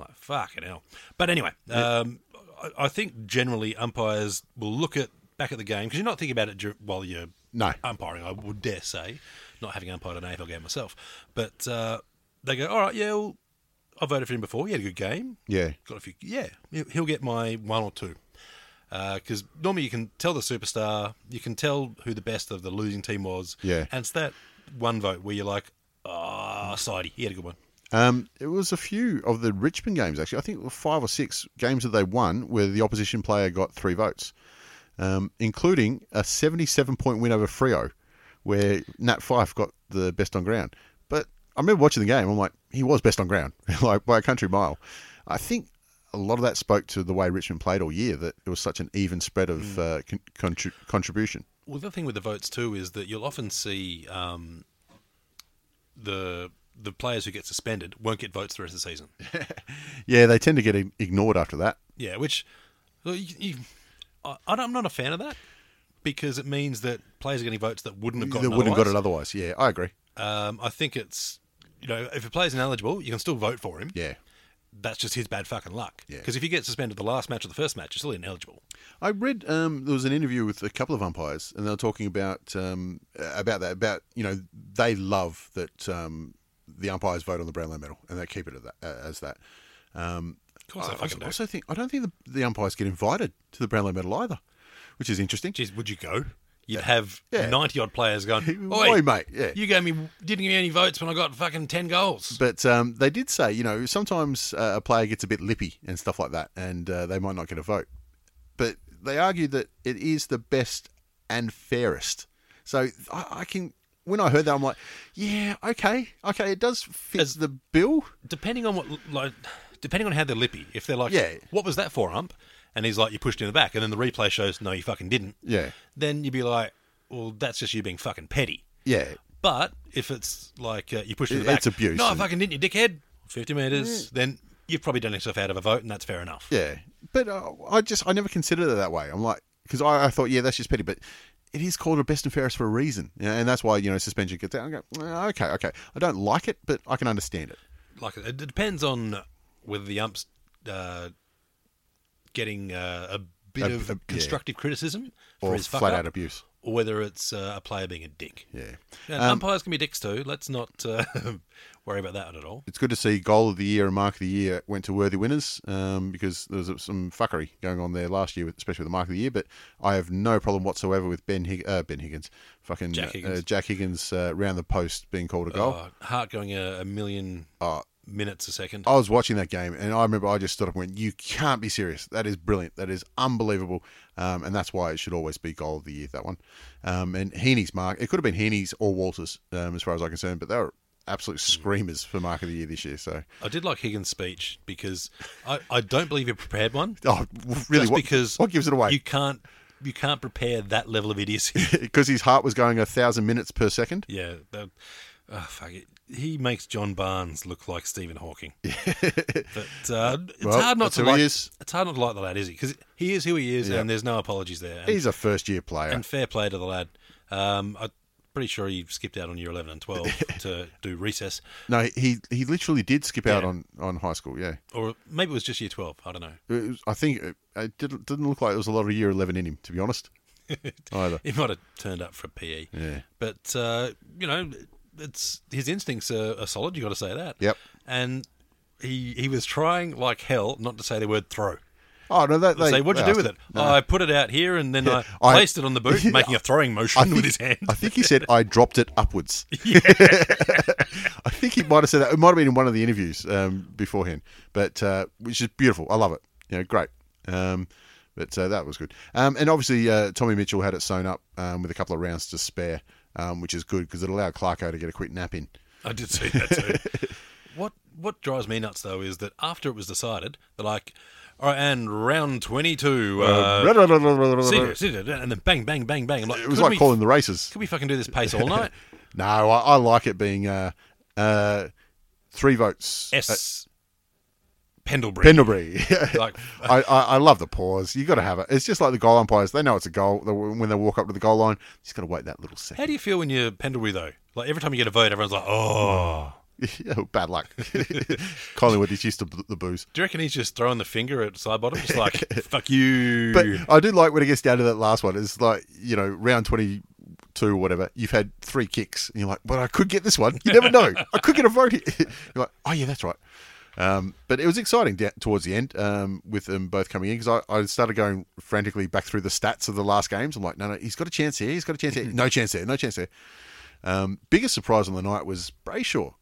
Speaker 2: I'm like, fucking hell. But anyway, um, I, I think generally umpires will look at back at the game because you're not thinking about it dur- while you're
Speaker 1: No.
Speaker 2: umpiring. I would dare say, not having umpired an AFL game myself, but uh, they go, all right, yeah, well, I voted for him before. He had a good game
Speaker 1: Yeah,
Speaker 2: got a few. Yeah, he- he'll get my one or two. Because normally you can tell the superstar, you can tell who the best of the losing team was.
Speaker 1: Yeah.
Speaker 2: and it's that one vote where you're like, ah, oh, sidey, he had a good one.
Speaker 1: um, it was a few of the Richmond games actually. I think it were five or six games that they won where the opposition player got three votes, um, including a seventy-seven point win over Frio, where Nat Fife got the best on ground. But I remember watching the game. I'm like, he was best on ground, like by a country mile. I think a lot of that spoke to the way Richmond played all year that it was such an even spread of uh, con- contri- contribution.
Speaker 2: Well, the thing with the votes too is that you'll often see um, the the players who get suspended won't get votes the rest of the season.
Speaker 1: Yeah, they tend to get ig- ignored after that.
Speaker 2: Yeah, which well, you, you, I, I'm not a fan of that because it means that players are getting votes that wouldn't have
Speaker 1: they
Speaker 2: gotten.
Speaker 1: wouldn't have got
Speaker 2: otherwise.
Speaker 1: it otherwise. Yeah, I agree.
Speaker 2: Um, I think it's you know if a player's ineligible, you can still vote for him.
Speaker 1: Yeah.
Speaker 2: That's just his bad fucking luck.
Speaker 1: Yeah.
Speaker 2: Because if you get suspended the last match or the first match, you're still ineligible.
Speaker 1: I read um, there was an interview with a couple of umpires, and they were talking about um, about that about you know they love that um, the umpires vote on the Brownlow medal, and they keep it at that, uh, as that. Um,
Speaker 2: Of course,
Speaker 1: I,
Speaker 2: I,
Speaker 1: I
Speaker 2: fucking do.
Speaker 1: also think I don't think the, the umpires get invited to the Brownlow medal either, which is interesting.
Speaker 2: Jeez, would you go? You'd have
Speaker 1: Yeah.
Speaker 2: ninety odd players going.
Speaker 1: Oi,
Speaker 2: Oi,
Speaker 1: mate, yeah.
Speaker 2: You gave me didn't give me any votes when I got fucking ten goals.
Speaker 1: But um, they did say, you know, sometimes uh, a player gets a bit lippy and stuff like that, and uh, they might not get a vote. But they argued that it is the best and fairest. So I, I can, when I heard that, I'm like, yeah, okay, okay, it does fit
Speaker 2: As-
Speaker 1: the bill.
Speaker 2: Depending on what like depending on how they're lippy, if they're like,
Speaker 1: Yeah.
Speaker 2: what was that for, ump? And he's like, you pushed in the back. And then the replay shows, no, you fucking didn't.
Speaker 1: Yeah.
Speaker 2: Then you'd be like, well, that's just you being fucking petty.
Speaker 1: Yeah.
Speaker 2: But if it's like uh, you pushed in the
Speaker 1: It-
Speaker 2: back,
Speaker 1: it's abuse
Speaker 2: No, I
Speaker 1: and-
Speaker 2: fucking didn't, you dickhead. 50 metres. Then you've probably done yourself out of a vote, and that's fair enough.
Speaker 1: Yeah, but uh, I just I never considered it that way. I'm like because I, I thought yeah that's just petty, but it is called a best and fairest for a reason, you know, and that's why you know suspension gets out. I go "Ah, okay, okay, I don't like it, but I can understand it.
Speaker 2: like it depends on whether the ump's uh, getting uh, a bit
Speaker 1: A-
Speaker 2: of
Speaker 1: a- yeah.
Speaker 2: constructive criticism for
Speaker 1: Or
Speaker 2: his fuck
Speaker 1: flat
Speaker 2: up,
Speaker 1: out abuse.
Speaker 2: or whether it's uh, a player being a dick.
Speaker 1: Yeah, Um,
Speaker 2: And umpires can be dicks too. Let's not uh, worry about that at all.
Speaker 1: it's good to see goal of the year and mark of the year went to worthy winners um, because there was some fuckery going on there last year, with- especially with the mark of the year. But I have no problem whatsoever with Ben Hig- uh, Ben Higgins, fucking
Speaker 2: Jack Higgins.
Speaker 1: uh, Jack Higgins uh, round the post being called a goal.
Speaker 2: Oh, Hart going a, a million minutes a second.
Speaker 1: Uh, I was watching that game, and I remember I just stood up and went, "You can't be serious! That is brilliant! That is unbelievable!" Um, and that's why it should always be goal of the year. That one, um, and Heaney's mark. It could have been Heaney's or Walters, um, as far as I'm concerned, but they were absolute
Speaker 2: Hmm.
Speaker 1: screamers for mark of the year this year. So,
Speaker 2: I did like Higgins' speech because I, I don't believe he prepared one.
Speaker 1: oh, really?
Speaker 2: just
Speaker 1: What,
Speaker 2: because
Speaker 1: what gives it away?
Speaker 2: You can't you can't prepare that level of idiocy.
Speaker 1: Because his heart was going a thousand minutes per second.
Speaker 2: Yeah, that, oh, fuck it. He makes John Barnes look like Stephen Hawking. but uh, it's
Speaker 1: Well,
Speaker 2: hard not
Speaker 1: that's
Speaker 2: to
Speaker 1: who he
Speaker 2: like.
Speaker 1: is.
Speaker 2: It's hard not to like the lad, is he? Because he is who he is, and there's no apologies there. And,
Speaker 1: He's a first year player.
Speaker 2: and fair play to the lad. Um, I'm pretty sure he skipped out on year 11 and 12 to do recess,
Speaker 1: no, he he literally did skip out
Speaker 2: Yeah.
Speaker 1: on on high school. Yeah,
Speaker 2: or maybe it was just year 12. I don't know.
Speaker 1: It was- I think it, it didn't didn't look like there was a lot of year eleven in him, to be honest. Either.
Speaker 2: He might have turned up for a PE.
Speaker 1: Yeah.
Speaker 2: But uh, you know, it's his instincts are, are solid. You got to say that.
Speaker 1: Yep.
Speaker 2: And he he was trying like hell not to say the word throw.
Speaker 1: Oh no, that
Speaker 2: They,
Speaker 1: they
Speaker 2: say, what'd
Speaker 1: they
Speaker 2: you do with it?
Speaker 1: asked- No.
Speaker 2: "Oh, I put it out here and then I
Speaker 1: I-
Speaker 2: placed it on the boot, making a throwing motion
Speaker 1: I
Speaker 2: with
Speaker 1: think-
Speaker 2: his hand.
Speaker 1: I think he said, I dropped it upwards. I think he might have said that. It might have been in one of the interviews um, beforehand, but uh, which is beautiful. I love it. You know, great. Um, but uh, that was good. Um, and obviously, uh, Tommy Mitchell had it sewn up um, with a couple of rounds to spare, um, which is good because it allowed Clarko to get a quick nap in.
Speaker 2: I did see that too. what what drives me nuts though is that after it was decided, they're like, all right, and round twenty two. Uh, Cedar, Cedar," and then bang, bang, bang, bang. I'm like,
Speaker 1: it was
Speaker 2: "Could
Speaker 1: like
Speaker 2: we,
Speaker 1: calling the races.
Speaker 2: Could we fucking do this pace all night?
Speaker 1: No, I, I like it being uh, uh, three votes. Uh,
Speaker 2: S. Pendlebury.
Speaker 1: Pendlebury.
Speaker 2: Like-
Speaker 1: I,
Speaker 2: uh,
Speaker 1: I, I love the pause. You got to have it. It's just like the goal umpires. They know it's a goal They- when they walk up to the goal line. You just got to wait that little
Speaker 2: How
Speaker 1: second.
Speaker 2: do you feel when you're Pendlebury though? Like every time you get a vote, everyone's like, "Oh."
Speaker 1: Yeah, Bad luck. Collingwood is used to b- the booze.
Speaker 2: Do you reckon he's just throwing the finger at side bottom, just like "fuck you"?
Speaker 1: But I do like when it gets down to that last one. It's like you know round twenty two or whatever. You've had three kicks, and you're like, "But I could get this one. You never know. I could get a vote." Here. You're like, "Oh yeah, that's right." Um, but it was exciting da- towards the end um, with them both coming in because I, I started going frantically back through the stats of the last games. I'm like, "No, no, he's got a chance here. He's got a chance
Speaker 2: Mm-hmm.
Speaker 1: here. No chance there. No chance there." Um, biggest surprise on the night was Brayshaw.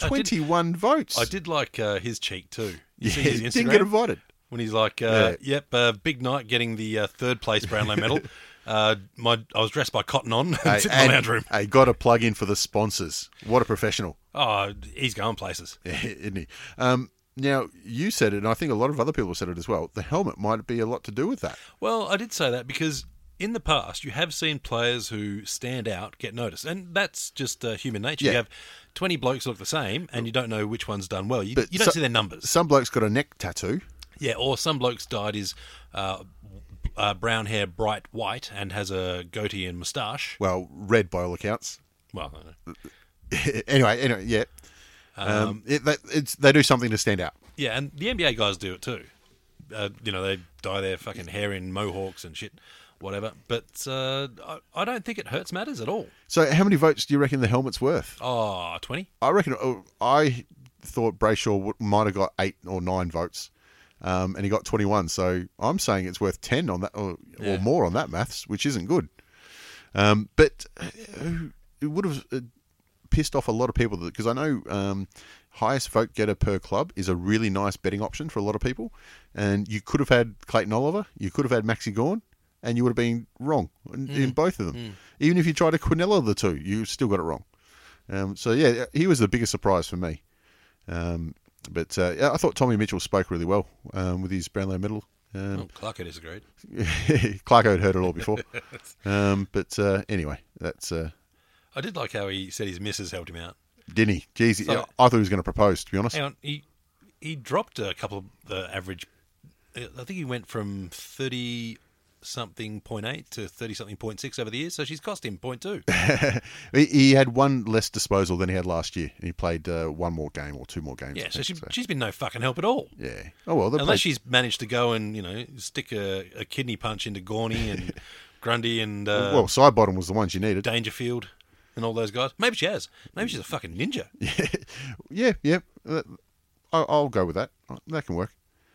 Speaker 2: I did-
Speaker 1: 21 votes.
Speaker 2: I did like uh, his cheek too. You see
Speaker 1: Yeah,
Speaker 2: his
Speaker 1: didn't
Speaker 2: Instagram?
Speaker 1: get invited.
Speaker 2: when he's like, uh, "Yep, uh, big night, getting the uh, third place Brownlow medal." uh, my, I was dressed by Cotton on
Speaker 1: Hey,
Speaker 2: sitting in
Speaker 1: and-
Speaker 2: the lounge room.
Speaker 1: Hey, got to plug in for the sponsors. What a professional.
Speaker 2: Oh, he's going places.
Speaker 1: isn't he? Um, now you said it, and I think a lot of other people said it as well. The helmet might be a lot to do with that.
Speaker 2: Well, I did say that because in the past you have seen players who stand out get noticed, and that's just uh, human nature.
Speaker 1: Yeah.
Speaker 2: You have twenty blokes look the same, and you don't know which one's done well. You,
Speaker 1: But
Speaker 2: you don't
Speaker 1: so-
Speaker 2: see their numbers.
Speaker 1: Some bloke's got a neck tattoo.
Speaker 2: Yeah, or some bloke's dyed his uh, uh, brown hair bright white and has a goatee and moustache.
Speaker 1: Well, red by all accounts.
Speaker 2: Well, I don't know.
Speaker 1: anyway, anyway, yeah. Um, it, that, it's, they do something to stand out.
Speaker 2: Yeah, and the NBA guys do it too. Uh, you know, they dye their fucking hair in mohawks and shit, whatever. But uh, I, I don't think it hurts matters at all.
Speaker 1: So, how many votes do you reckon the helmet's worth?
Speaker 2: Oh, 20?
Speaker 1: I reckon. oh, I thought Brayshaw w- might have got eight or nine votes, um, and he got twenty-one. So I'm saying it's worth ten on that, or, or more on that maths, which isn't good. Um, but uh, it would have uh, pissed off a lot of people because I know um, highest vote getter per club is a really nice betting option for a lot of people, and you could have had Clayton Oliver, you could have had Maxi Gorn. And you would have been wrong in, in both of them. Even if you tried to quinella the uh, two, you still got it wrong. Um, so yeah, he was the biggest surprise for me. Um, But uh, yeah, I thought Tommy Mitchell spoke really well um, with his Brownlow medal. Um,
Speaker 2: Oh, Clark, it is great.
Speaker 1: Clarko had heard it all before. um, but uh, anyway, that's uh,
Speaker 2: I did like how he said his missus helped him out.
Speaker 1: Denny. Geez,
Speaker 2: So-
Speaker 1: I thought he was going to propose, to be honest.
Speaker 2: Hang on, he he dropped a couple of the average. I think he went from thirty something point eight to thirty something point six over the years. So she's cost him point two.
Speaker 1: He, he had one less disposal than he had last year, and he played uh, one more game or two more games. I
Speaker 2: Yeah, so
Speaker 1: think,
Speaker 2: she she's been no fucking help at all.
Speaker 1: yeah. Oh well, they'll play-
Speaker 2: Unless she's managed to go and you know stick a, a kidney punch into Gorney and Grundy and uh,
Speaker 1: well, side bottom was the one she needed.
Speaker 2: Dangerfield and all those guys. Maybe she has. Maybe she's a fucking ninja.
Speaker 1: Yeah, yeah. Uh, I- I'll go with that. Uh, That can work.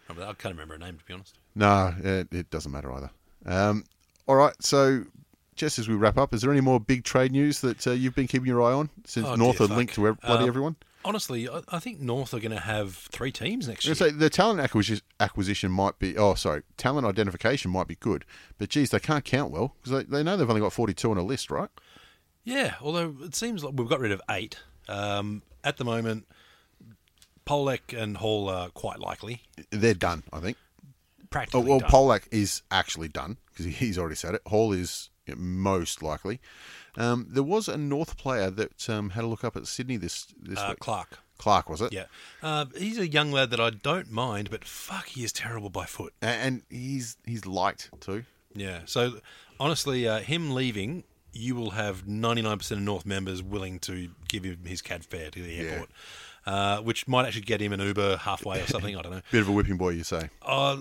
Speaker 2: I mean, I can't remember her name to be honest.
Speaker 1: No, it, it doesn't matter either. Um, all right, so just as we wrap up, is there any more big trade news that uh, you've been keeping your eye on since
Speaker 2: Oh,
Speaker 1: North
Speaker 2: dear
Speaker 1: are linked
Speaker 2: fuck.
Speaker 1: to ev- bloody
Speaker 2: Um,
Speaker 1: everyone?
Speaker 2: Honestly, I, I think North are going to have three teams next
Speaker 1: I
Speaker 2: year.
Speaker 1: was gonna say the talent acquisition, acquisition might be, oh, sorry, talent identification might be good, but geez, they can't count well because they, they know they've only got 42 on a list, right?
Speaker 2: Yeah, although it seems like we've got rid of eight. Um, at the moment, Polek and Hall are quite likely.
Speaker 1: They're done, I think. Oh,
Speaker 2: Practically.
Speaker 1: well,
Speaker 2: done.
Speaker 1: Polak is actually done because he's already said it. Hall is most likely. Um, there was a North player that um, had a look up at Sydney this, this
Speaker 2: uh,
Speaker 1: week.
Speaker 2: Clark.
Speaker 1: Clark, was it?
Speaker 2: Yeah. Uh, he's a young lad that I don't mind, but fuck, he is terrible by foot.
Speaker 1: A- and he's he's liked too.
Speaker 2: Yeah. So, honestly, uh, him leaving, you will have 99% of North members willing to give him his cad fare to the airport, uh, which might actually get him an Uber halfway or something. I don't know.
Speaker 1: Bit of a whipping boy, you say?
Speaker 2: Uh,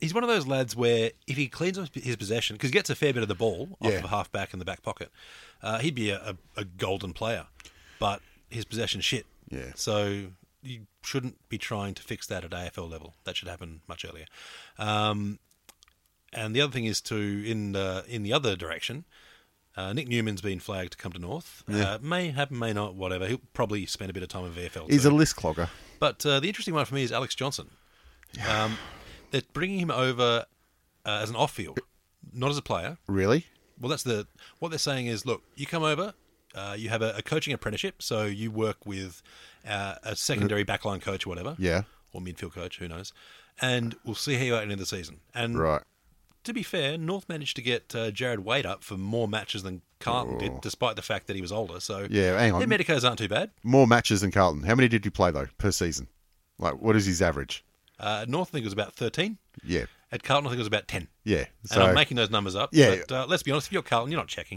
Speaker 2: he's one of those lads where if he cleans up his possession, because he gets a fair bit of the ball off
Speaker 1: Yeah.
Speaker 2: of a halfback in the back pocket, uh, he'd be a, a, a golden player. But his possession shit.
Speaker 1: Yeah.
Speaker 2: So you shouldn't be trying to fix that at AFL level. That should happen much earlier. Um, and the other thing is to in the, in the other direction. Uh, Nick Newman's been flagged to come to North. Uh, may happen, may not, whatever. He'll probably spend a bit of time in VFL.
Speaker 1: He's
Speaker 2: too.
Speaker 1: a list clogger.
Speaker 2: But uh, the interesting one for me is Alex Johnson. Um, they're bringing him over uh, as an off field, not as a player.
Speaker 1: Really?
Speaker 2: Well, that's the what they're saying is look, you come over, uh, you have a, a coaching apprenticeship, so you work with uh, a secondary backline coach or whatever,
Speaker 1: Yeah.
Speaker 2: or midfield coach, who knows, and we'll see how you are at the end of the season. And
Speaker 1: Right.
Speaker 2: to be fair, North managed to get uh, Jared Wade up for more matches than Carlton did, despite the fact that he was older. So
Speaker 1: Oh. Yeah, hang on.
Speaker 2: their medicos aren't too bad.
Speaker 1: More matches than Carlton. How many did he play though per season? Like, what is his average?
Speaker 2: Uh, North I think it was about thirteen.
Speaker 1: Yeah,
Speaker 2: At Carlton, I think it was about 10.
Speaker 1: yeah. So
Speaker 2: and I'm making those numbers up.
Speaker 1: Yeah.
Speaker 2: But, uh, let's be honest, if you're Carlton, you're not checking.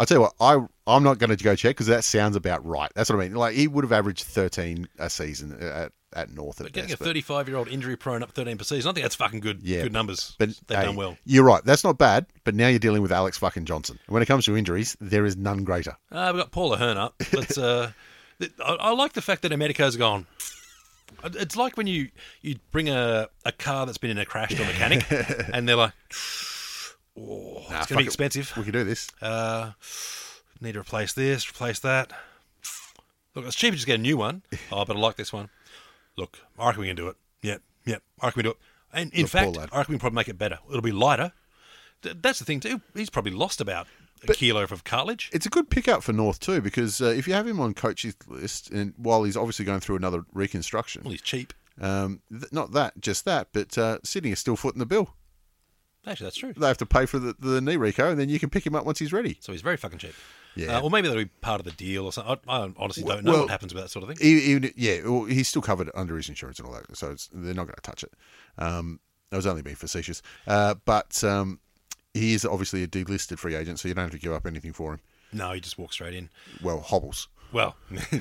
Speaker 1: I tell you what, I I'm not going to go check because that sounds about right. That's what I mean. Like he would have averaged 13 a season uh, at at North at
Speaker 2: But getting
Speaker 1: best,
Speaker 2: a
Speaker 1: but-
Speaker 2: 35 year old injury prone up 13 per season, I think that's fucking good.
Speaker 1: Yeah,
Speaker 2: good numbers.
Speaker 1: But
Speaker 2: they've
Speaker 1: hey,
Speaker 2: done well.
Speaker 1: You're right. That's not bad. But now you're dealing with Alex fucking Johnson. When it comes to injuries, there is none greater.
Speaker 2: Uh, we've got Paula Hearn up. But uh, th- I, I like the fact that Americo's gone. It's like when you, you bring a, a car that's been in a crash to a mechanic and they're like, oh, it's going to
Speaker 1: fuck
Speaker 2: be
Speaker 1: it.
Speaker 2: expensive.
Speaker 1: We can do this.
Speaker 2: Uh, need to replace this, replace that. Look, it's cheaper to just get a new one. Oh, but I like this one. Look, I reckon we can do it. Yep, yep. I reckon we do it. And in
Speaker 1: Look, poor
Speaker 2: fact,
Speaker 1: lad.
Speaker 2: I reckon we can probably make it better. It'll be lighter. Th- that's the thing too. He's probably lost about a kilo of cartilage.
Speaker 1: It's a good pickup for North too because uh, if you have him on coach's list, and while he's obviously going through another
Speaker 2: Well,
Speaker 1: reconstruction,
Speaker 2: he's cheap.
Speaker 1: um, th- not that, just that, but uh, Sydney is still footing the bill.
Speaker 2: Actually, that's true.
Speaker 1: They have to pay for the, the knee reco, and then you can pick him up once he's ready.
Speaker 2: So he's very fucking cheap.
Speaker 1: Yeah.
Speaker 2: Uh, or maybe that'll be part of the deal or something. I, I honestly don't know
Speaker 1: Well-
Speaker 2: what happens with that sort of thing.
Speaker 1: E- Even yeah, well, he's still covered under his insurance and all that, so it's, they're not going to touch it. Um, I was only being facetious, uh, but um, he is obviously a delisted free agent, so you don't have to give up anything for him.
Speaker 2: No, he just walks straight in.
Speaker 1: Well, hobbles.
Speaker 2: Well,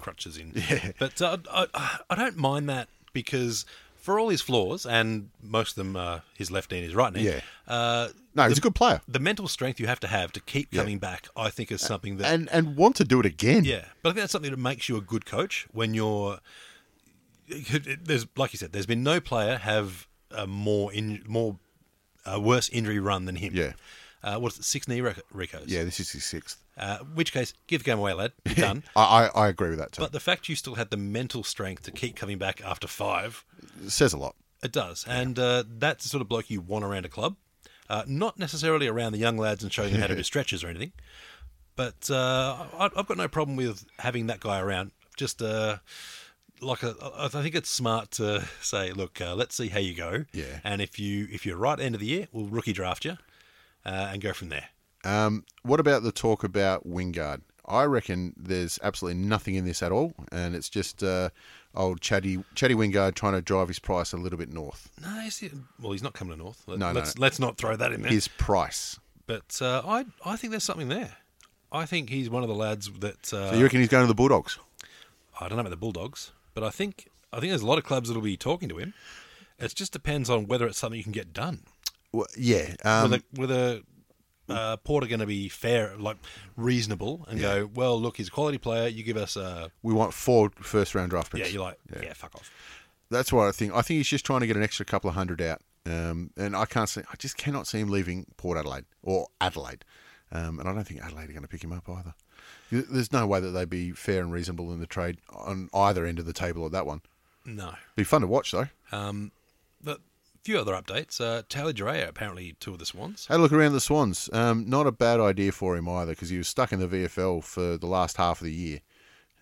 Speaker 2: crutches in. But uh, I, I don't mind that because for all his flaws, and most of them are his left knee and his right knee,
Speaker 1: Yeah.
Speaker 2: uh,
Speaker 1: No, he's a good player,
Speaker 2: the mental strength you have to have to keep coming back, I think, is something that.
Speaker 1: and and want to do it again.
Speaker 2: yeah. But I think that's something that makes you a good coach when you're. There's, like you said, there's been no player have a more in, more a worse injury run than him.
Speaker 1: Yeah.
Speaker 2: Uh, what's it, six knee rec- recos?
Speaker 1: yeah. This is his sixth.
Speaker 2: Uh, which case, give the game away, lad. You're done.
Speaker 1: I, I, I agree with that too.
Speaker 2: But the fact you still had the mental strength to keep coming back after five,
Speaker 1: it says a lot.
Speaker 2: it does. And uh, that's the sort of bloke you want around a club. Uh, not necessarily around the young lads and showing them how to do stretches or anything. But uh, I, I've got no problem with having that guy around. Just uh, like a, I think it's smart to say, look, uh, let's see how you go.
Speaker 1: Yeah.
Speaker 2: And if you if you're right end of the year, we'll rookie draft you, uh, and go from there.
Speaker 1: Um, what about the talk about Wingard? I reckon there's absolutely nothing in this at all, and it's just uh, old Chatty Chatty Wingard trying to drive his price a little bit north.
Speaker 2: No, is he, well, he's not coming to North. Let,
Speaker 1: No, no,
Speaker 2: let's
Speaker 1: no.
Speaker 2: let's not throw that in there.
Speaker 1: His price.
Speaker 2: but uh, I I think there's something there. I think he's one of the lads that uh,
Speaker 1: So you reckon he's going to the Bulldogs?
Speaker 2: I don't know about the Bulldogs, but I think I think there's a lot of clubs that'll be talking to him. It just depends on whether it's something you can get done.
Speaker 1: Well, yeah. Um,
Speaker 2: were the, were the uh, Porter going to be fair, like reasonable, and go, well, look, he's a quality player. You give us a
Speaker 1: we want four first round draft
Speaker 2: yeah.
Speaker 1: picks.
Speaker 2: You're like yeah, fuck off.
Speaker 1: That's what I think. I think he's just trying to get an extra couple of hundred out. Um, and I can't see, I just cannot see him leaving Port Adelaide or Adelaide. Um, and I don't think Adelaide are going to pick him up either. There's no way that they'd be fair and reasonable in the trade on either end of the table at that one.
Speaker 2: No.
Speaker 1: Be fun to watch though.
Speaker 2: Um, but a few other updates. Uh, Taylor Jarrett apparently two of the Swans.
Speaker 1: Had a look around the Swans. Um, not a bad idea for him either because he was stuck in the VFL for the last half of the year,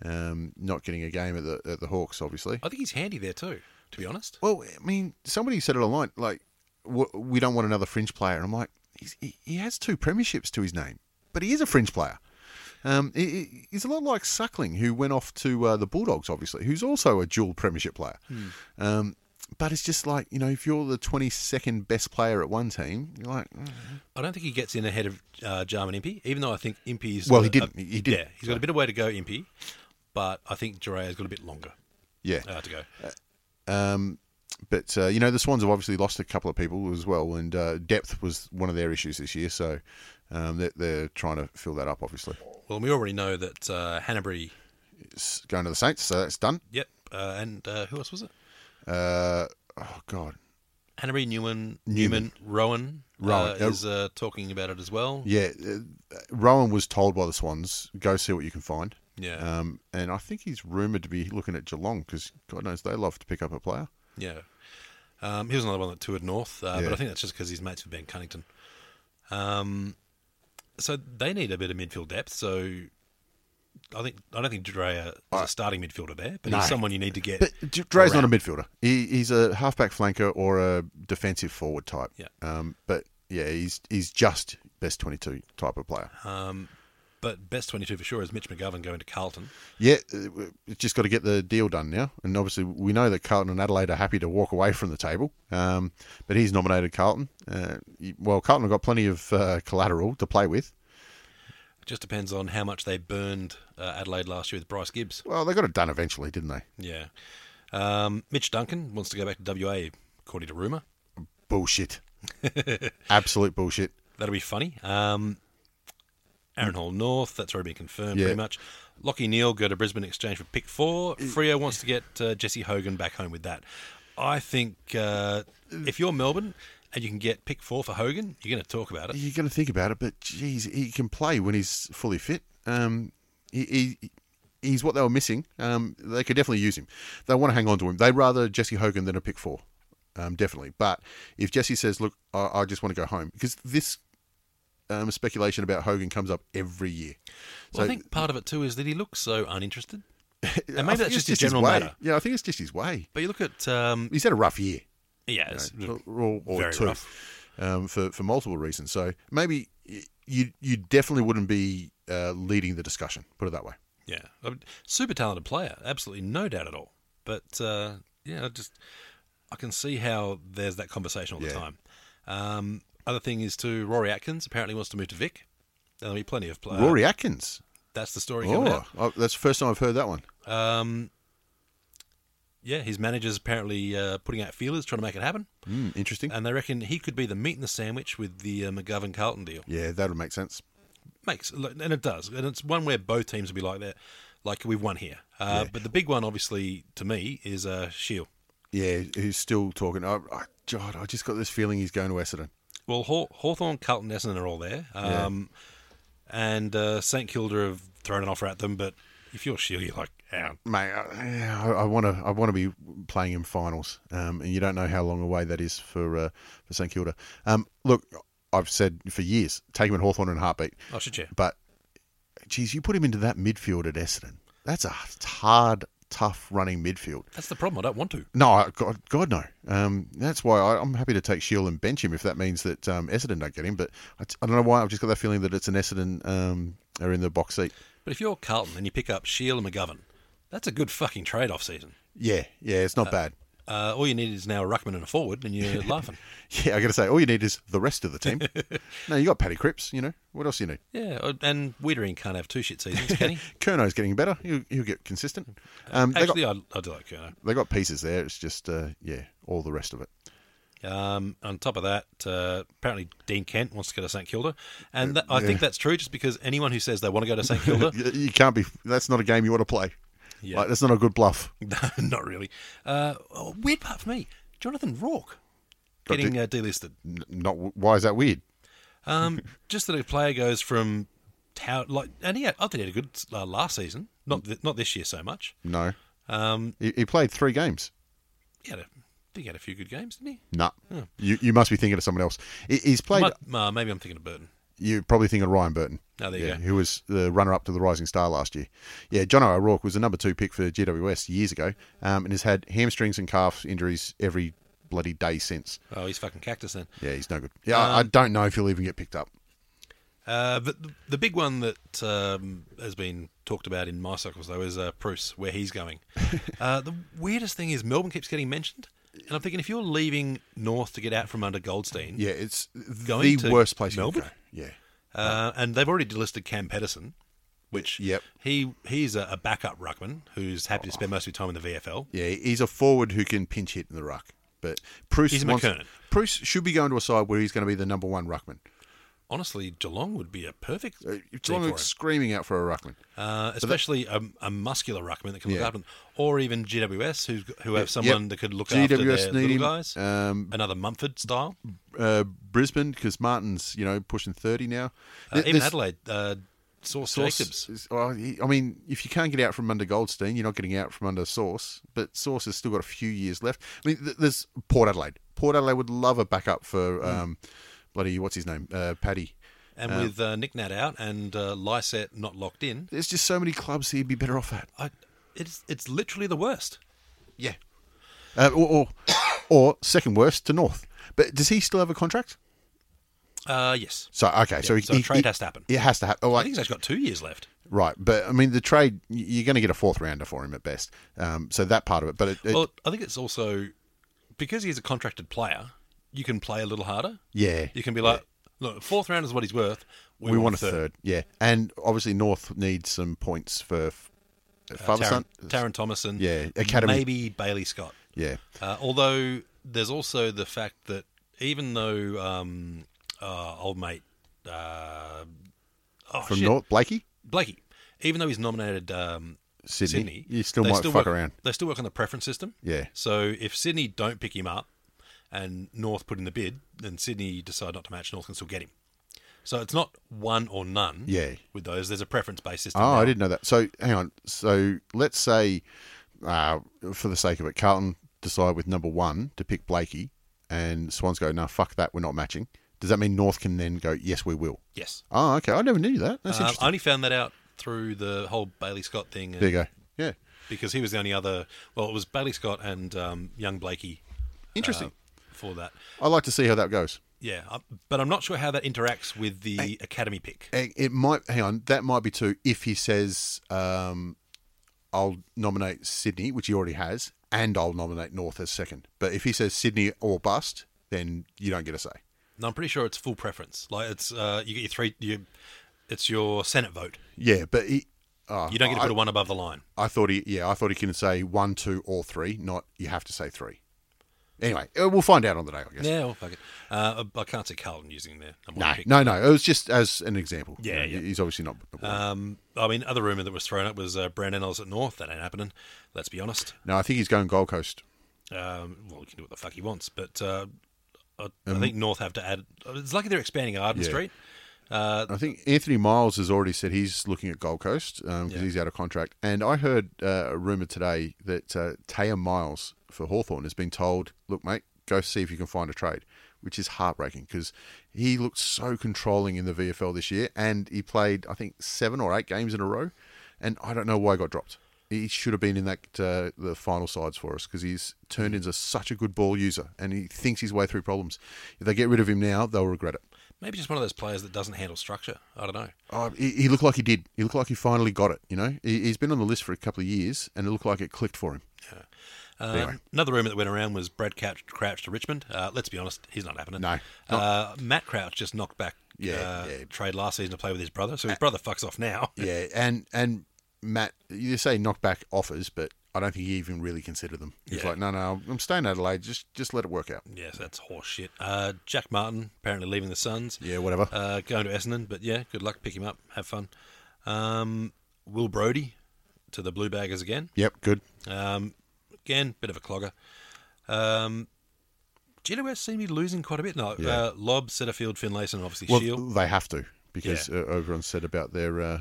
Speaker 1: um, not getting a game at the at the Hawks, obviously.
Speaker 2: I think he's handy there too. To be honest,
Speaker 1: Well, I mean, somebody said it online, like, w- we don't want another fringe player. And I'm like, he's, he, he has two premierships to his name, but he is a fringe player. Um, he- he, he's a lot like Suckling, who went off to uh, the Bulldogs, obviously, who's also a dual premiership player. Um, but it's just like, you know, if you're the 22nd best player at one team, you're like, mm.
Speaker 2: I don't think he gets in ahead of uh, Jarman Impey, even though I think Impey's
Speaker 1: Well,
Speaker 2: got
Speaker 1: he
Speaker 2: a-
Speaker 1: didn't. He didn't.
Speaker 2: Yeah, he's got a bit of way to go, Impey, but I think Jarrett's got a bit longer
Speaker 1: yeah.
Speaker 2: uh, to go.
Speaker 1: Um, but uh, you know, the Swans have obviously lost a couple of people as well, and uh, depth was one of their issues this year. So um, they're, they're trying to fill that up, obviously.
Speaker 2: Well, we already know that uh, Hanbury.
Speaker 1: It's going to the Saints, so that's done.
Speaker 2: Yep, uh, and uh, who else was it?
Speaker 1: Uh, oh God,
Speaker 2: Henry Newman,
Speaker 1: Newman.
Speaker 2: Newman, Rowan,
Speaker 1: Rowan,
Speaker 2: uh,
Speaker 1: uh,
Speaker 2: is uh, talking about it as well.
Speaker 1: yeah. uh, Rowan was told by the Swans, go see what you can find.
Speaker 2: Yeah.
Speaker 1: Um, and I think he's rumored to be looking at Geelong because God knows they love to pick up a player.
Speaker 2: Yeah. Um, he was another one that toured north, uh,
Speaker 1: Yeah.
Speaker 2: but I think that's just because he's mates with Ben Cunnington. Um, so they need a bit of midfield depth. So I think I don't think Drea is a starting midfielder there, but he's someone you need to get.
Speaker 1: But D- Dre's not a midfielder. He, he's a halfback flanker or a defensive forward type.
Speaker 2: Yeah.
Speaker 1: Um, but yeah, he's he's just best twenty two type of player.
Speaker 2: But best twenty-two for sure is Mitch McGovern going to Carlton.
Speaker 1: Yeah, uh, we've just got to get the deal done now. And obviously, we know that Carlton and Adelaide are happy to walk away from the table. Um, but he's nominated Carlton. Uh, he- well, Carlton have got plenty of uh, collateral to play with.
Speaker 2: It just depends on how much they burned uh, Adelaide last year with Bryce Gibbs.
Speaker 1: Well, they got it done eventually, didn't they?
Speaker 2: Yeah. Um, Mitch Duncan wants to go back to WA, according to rumour.
Speaker 1: Bullshit. Absolute bullshit.
Speaker 2: That'll be funny. Um, Aaron Hall North, that's already been confirmed
Speaker 1: Yeah. Mm.
Speaker 2: pretty much. Lockie Neal go to Brisbane in exchange for pick four. Frio wants to get uh, Jesse Hogan back home with that. I think uh, if you're Melbourne and you can get pick four for Hogan, you're going to talk about it.
Speaker 1: You're going to think about it, but geez, he can play when he's fully fit. Um, he, he he's what they were missing. Um, they could definitely use him. They want to hang on to him. They'd rather Jesse Hogan than a pick four, um, definitely. But if Jesse says, "Look, I, I just want to go home," because this um, speculation about Hogan comes up every year.
Speaker 2: Well, I think part of it too is that he looks so uninterested. And
Speaker 1: I
Speaker 2: maybe
Speaker 1: think
Speaker 2: that's
Speaker 1: it's
Speaker 2: just his general
Speaker 1: way.
Speaker 2: matter.
Speaker 1: Yeah, I think it's just his way.
Speaker 2: But you look at um,
Speaker 1: He's had a rough year.
Speaker 2: yeah, it's-
Speaker 1: or, or- or
Speaker 2: Very
Speaker 1: two, um, for for multiple reasons. So maybe y- you you definitely wouldn't be uh, leading the discussion. Put it that way.
Speaker 2: Yeah, I mean, super talented player, absolutely no doubt at all. But uh, yeah, I just I can see how there's that conversation all the
Speaker 1: Yeah.
Speaker 2: time. Um, other thing is too Rory Atkins apparently wants to move to Vic. There'll be plenty of players.
Speaker 1: Rory Atkins.
Speaker 2: that's the story coming
Speaker 1: Oh, oh, that's the first time I've heard that one.
Speaker 2: out. Um, yeah, his manager's apparently uh, putting out feelers, trying to make it happen,
Speaker 1: Mm, interesting.
Speaker 2: and they reckon he could be the meat in the sandwich with the uh, McGovern Carlton deal.
Speaker 1: yeah, that would make sense.
Speaker 2: makes and it does and it's one where both teams will be like that like we've won here uh, but the big one obviously to me is uh, Shield
Speaker 1: Yeah, he's still talking. I, I, God, I just got this feeling he's going to Essendon.
Speaker 2: well Haw- Hawthorne Carlton Essendon are all there um, and uh, St Kilda have thrown an offer at them but if you're Shield you're like "Ah,
Speaker 1: Mate, I I want to. I want to be playing in finals, um, and you don't know how long away that is for uh, for St Kilda. Um, look, I've said for years, take him in Hawthorn in a heartbeat.
Speaker 2: oh shit yeah
Speaker 1: But, geez, you put him into that midfield at Essendon. That's a hard tough running midfield.
Speaker 2: That's the problem. I don't want to.
Speaker 1: No, I- God, God no. Um, that's why I, I'm happy to take Shield and bench him if that means that um, Essendon don't get him. But I, t- I don't know why. I've just got that feeling that it's an Essendon um, are in the box seat.
Speaker 2: But if you're Carlton and you pick up Shield and McGovern, that's a good fucking trade off season.
Speaker 1: Yeah, yeah, it's not bad.
Speaker 2: Uh, all you need is now a ruckman and a forward, and you're laughing.
Speaker 1: Yeah, I got to say, all you need is the rest of the team. no, you got Paddy Cripps. You know what else you need?
Speaker 2: Yeah, uh, and Wiedering can't have two shit seasons, can he?
Speaker 1: Kerno's getting better. He'll, he'll get consistent. Um, they got
Speaker 2: Actually, I, I do like uh, Kerno.
Speaker 1: they got pieces there. It's just uh, yeah, all the rest of it.
Speaker 2: Um, on top of that, uh, apparently Dean Kent wants to go to St Kilda, and that, I think that's true. Just because anyone who says they want to go to St Kilda,
Speaker 1: You, you can't be. That's not a game you want to play.
Speaker 2: Yeah.
Speaker 1: Like, that's not a good bluff.
Speaker 2: no, not really. Uh, oh, weird part for me, Jonathan Rourke
Speaker 1: Got
Speaker 2: getting
Speaker 1: de-
Speaker 2: uh, delisted.
Speaker 1: N- Not why is that weird?
Speaker 2: Um, just that a player goes from tout like, and he had, I think he had a good uh, last season, not th- not this year so much.
Speaker 1: No,
Speaker 2: Um,
Speaker 1: he, he played three games.
Speaker 2: he had a, I think he had a few good games, didn't he?
Speaker 1: Nah, you you must be thinking of someone else. He, he's played.
Speaker 2: Might- uh, maybe I'm thinking of Burton.
Speaker 1: You're probably thinking of Ryan Burton.
Speaker 2: Oh, there you
Speaker 1: yeah,
Speaker 2: go.
Speaker 1: Who was the runner-up to the Rising Star last year? Yeah, John O'Rourke was the number two pick for GWS years ago, um, and has had hamstrings and calf injuries every bloody day since.
Speaker 2: Oh, he's fucking cactus then.
Speaker 1: Yeah, he's no good. Yeah, I-
Speaker 2: Um,
Speaker 1: I don't know if he'll even get picked up.
Speaker 2: Uh, but the, the big one that um, has been talked about in my circles, though, is uh, Bruce, where he's going. uh, the weirdest thing is Melbourne keeps getting mentioned. And I'm thinking, if you're leaving North to get out from under Goldstein,
Speaker 1: Yeah, it's
Speaker 2: Going
Speaker 1: the
Speaker 2: to
Speaker 1: worst place you can
Speaker 2: Melbourne?
Speaker 1: go. Yeah,
Speaker 2: uh, and they've already delisted Cam Pedersen, which
Speaker 1: Uh, Yep.
Speaker 2: he he's a, a backup ruckman who's happy to spend most of his time in the VFL.
Speaker 1: yeah, he's a forward who can pinch hit in the ruck. But Bruce
Speaker 2: He's a
Speaker 1: wants,
Speaker 2: McKernan.
Speaker 1: Bruce should be going to a side where he's going to be the number one ruckman.
Speaker 2: Honestly, Geelong would be a perfect
Speaker 1: Uh,
Speaker 2: team
Speaker 1: Geelong
Speaker 2: for
Speaker 1: are
Speaker 2: him.
Speaker 1: screaming out for a ruckman.
Speaker 2: Uh, especially a, a muscular ruckman that can look
Speaker 1: Yeah.
Speaker 2: after them, or even GWS who who have
Speaker 1: Yep.
Speaker 2: someone that could look after their
Speaker 1: GWS need
Speaker 2: little
Speaker 1: him.
Speaker 2: guys.
Speaker 1: Um,
Speaker 2: Another Mumford style.
Speaker 1: uh, Brisbane because Martin's you know pushing thirty now.
Speaker 2: Uh,
Speaker 1: Th-
Speaker 2: even
Speaker 1: this-
Speaker 2: Adelaide, uh, Source,
Speaker 1: Sauce
Speaker 2: Jacobs.
Speaker 1: is- well, he- I mean, if you can't get out from under Goldstein, you're not getting out from under Source. But Source has still got a few years left. I mean, th- there's Port Adelaide. Port Adelaide would love a backup
Speaker 2: Mm.
Speaker 1: for um, bloody what's his name, uh, Paddy.
Speaker 2: And with uh, Nick Nat out and uh, Lyset not locked in,
Speaker 1: There's just so many clubs he'd be better off at.
Speaker 2: I, it's it's literally the worst.
Speaker 1: Yeah. Uh, or, or, or second worst to North. But does he still have a contract?
Speaker 2: Uh, yes.
Speaker 1: So okay, so, he,
Speaker 2: so a
Speaker 1: he-
Speaker 2: trade
Speaker 1: he-
Speaker 2: has to happen.
Speaker 1: It has to happen.
Speaker 2: I think he's actually got two years left.
Speaker 1: right, but I mean the trade, y- you're going to get a fourth rounder for him at best. Um, so that part of it, but it, it-
Speaker 2: well, I think it's also because he's a contracted player, you can play a little harder.
Speaker 1: yeah,
Speaker 2: You can be like, look, fourth round is what he's worth.
Speaker 1: we, want, a third. Yeah, and obviously North needs some points for f- father
Speaker 2: Taron,
Speaker 1: Uh, son.
Speaker 2: Taron Thomason.
Speaker 1: Yeah, academy.
Speaker 2: Maybe Bailey Scott.
Speaker 1: Yeah,
Speaker 2: Uh, although there's also the fact that even though um, uh, old mate uh, oh,
Speaker 1: from
Speaker 2: shit,
Speaker 1: North Blakey,
Speaker 2: Blakey, even though he's nominated um,
Speaker 1: Sydney,
Speaker 2: Sydney,
Speaker 1: you still
Speaker 2: they
Speaker 1: might fuck
Speaker 2: work,
Speaker 1: around.
Speaker 2: They still work on the preference system.
Speaker 1: Yeah.
Speaker 2: So if Sydney don't pick him up, and North put in the bid, then Sydney decide not to match. North can still get him. So it's not one or none.
Speaker 1: Yeah.
Speaker 2: With those, there's a preference based system.
Speaker 1: Oh,
Speaker 2: now.
Speaker 1: I didn't know that. So hang on. So let's say, uh, for the sake of it, Carlton decide with number one to pick Blakey, and Swans go, "No, fuck that. We're not matching." Does that mean North can then go, "Yes, we will"?
Speaker 2: Yes.
Speaker 1: Oh, okay. Uh, I never knew that. That's
Speaker 2: Um, I
Speaker 1: interesting.
Speaker 2: only found that out through the whole Bailey Scott thing. and-
Speaker 1: There you go. Yeah,
Speaker 2: because he was the only other. Well, it was Bailey Scott and um, young Blakey.
Speaker 1: interesting.
Speaker 2: uh, for that,
Speaker 1: I like to see how that goes.
Speaker 2: yeah, I, but I'm not sure how that interacts with the academy pick.
Speaker 1: It it might. Hang on. That might be too. If he says, um, "I'll nominate Sydney," which he already has, and I'll nominate North as second. But if he says Sydney or bust, then you don't get a say.
Speaker 2: No, I'm pretty sure it's full preference. Like it's uh, you get your three. You, it's your Senate vote.
Speaker 1: Yeah, but he. Oh,
Speaker 2: You don't get to
Speaker 1: I-
Speaker 2: put a one above the line.
Speaker 1: I thought he, yeah, I thought he can say one, two, or three. Not you have to say three. Anyway, uh, we'll find out on the day, I guess.
Speaker 2: Yeah, well, fuck it. Uh, I can't see Carlton using their number
Speaker 1: No,
Speaker 2: one pick.
Speaker 1: no, no. It was just as an example.
Speaker 2: Yeah,
Speaker 1: You know,
Speaker 2: yeah.
Speaker 1: He's obviously not.
Speaker 2: Um, I mean, other rumor that was thrown up was uh, Brandon Ellis at North. That ain't happening. Let's be honest.
Speaker 1: no, I think he's going Gold Coast.
Speaker 2: Um, well, he can do what the fuck he wants, but uh, I, I think North have to add. It's lucky they're expanding Arden
Speaker 1: Um, Yeah.
Speaker 2: Street.
Speaker 1: I think Anthony Miles has already said he's looking at Gold Coast because
Speaker 2: Yeah.
Speaker 1: he's out of contract. And I heard uh, a rumor today that uh, Taya Miles for Hawthorn has been told, "Look, mate, go see if you can find a trade," which is heartbreaking because he looked so controlling in the VFL this year, and he played I think seven or eight games in a row, and I don't know why he got dropped. he should have been in that uh, the final sides for us because he's turned into such a good ball user and he thinks his way through problems. If they get rid of him now, they'll regret it.
Speaker 2: Maybe just one of those players that doesn't handle structure. I don't know.
Speaker 1: Oh, he, he looked like he did. He looked like he finally got it. You know, he, he's been on the list for a couple of years, and it looked like it clicked for him.
Speaker 2: Uh,
Speaker 1: Anyway.
Speaker 2: Another rumor that went around was Brad Couch, Crouch to Richmond. Uh, let's be honest, he's not happening.
Speaker 1: No,
Speaker 2: Uh, Matt Crouch just knocked back
Speaker 1: Yeah,
Speaker 2: uh,
Speaker 1: yeah. Uh,
Speaker 2: trade last season to play with his brother, so his brother fucks off now.
Speaker 1: Yeah, and and Matt, you say knockback offers, but I don't think he even really considered them. He's
Speaker 2: Yeah.
Speaker 1: like, no, no, I'm staying in Adelaide. Just just let it work out.
Speaker 2: Yes, that's horse shit. Uh, Jack Martin apparently leaving the Suns.
Speaker 1: Yeah, whatever.
Speaker 2: Uh, going to Essendon, but yeah, good luck. Pick him up. Have fun. Um, Will Brody to the Blue Baggers again.
Speaker 1: yep, good.
Speaker 2: Um, again, bit of a clogger. Um, GWS seem to be losing quite a bit now. Uh, Lob, Setterfield, Finlayson, obviously
Speaker 1: Well,
Speaker 2: Shield.
Speaker 1: they have to because
Speaker 2: Yeah.
Speaker 1: uh, everyone said about their. Uh,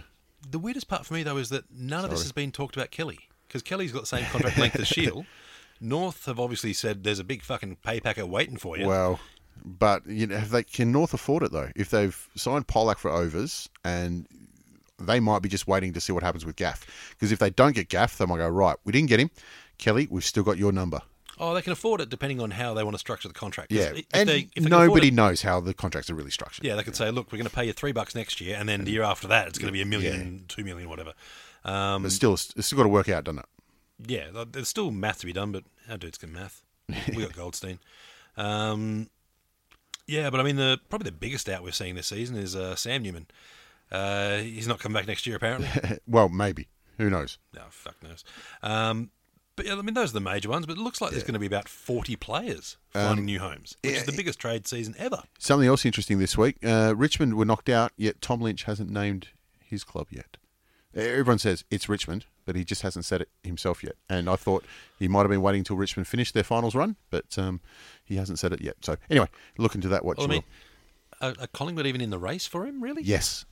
Speaker 2: The weirdest part for me though is that none of this has been talked about Kelly because Kelly's got the same contract length as Shield. North have obviously said there's a big fucking pay packet waiting for you.
Speaker 1: Well, but you know, have they can North afford it though? If they've signed Pollack for overs, and they might be just waiting to see what happens with Gaff, because if they don't get Gaff, they might go right. We didn't get him, Kelly. We've still got your number.
Speaker 2: oh, they can afford it depending on how they want to structure the contract. 'Cause
Speaker 1: Yeah,
Speaker 2: i- if
Speaker 1: and
Speaker 2: they- if they can afford
Speaker 1: nobody
Speaker 2: it-
Speaker 1: knows how the contracts are really structured.
Speaker 2: yeah, they can say, look, we're going to pay you three bucks next year, and then the year after that, it's going to be a million, two million, whatever. Um,
Speaker 1: but still, it's, it's still got to work out, doesn't it?
Speaker 2: Yeah, th- there's still math to be done, but our dudes can math. We got Goldstein. Um, yeah, but I mean, the probably the biggest out we're seeing this season is uh, Sam Newman. Uh, he's not coming back next year, apparently.
Speaker 1: Well, maybe. Who knows?
Speaker 2: no, fuck knows. Um, but yeah, I mean, those are the major ones. But it looks like there's going to be about 40 players
Speaker 1: Um,
Speaker 2: finding new homes, which is the biggest trade season ever.
Speaker 1: Something else interesting this week: uh, Richmond were knocked out, yet Tom Lynch hasn't named his club yet. E, Everyone says it's Richmond, but he just hasn't said it himself yet. And I thought he might have been waiting till Richmond finished their finals run, but um, he hasn't said it yet. So anyway, look into that. What
Speaker 2: Well, I
Speaker 1: you
Speaker 2: mean,
Speaker 1: will.
Speaker 2: are, are Collingwood even in the race for him, really?
Speaker 1: Yes,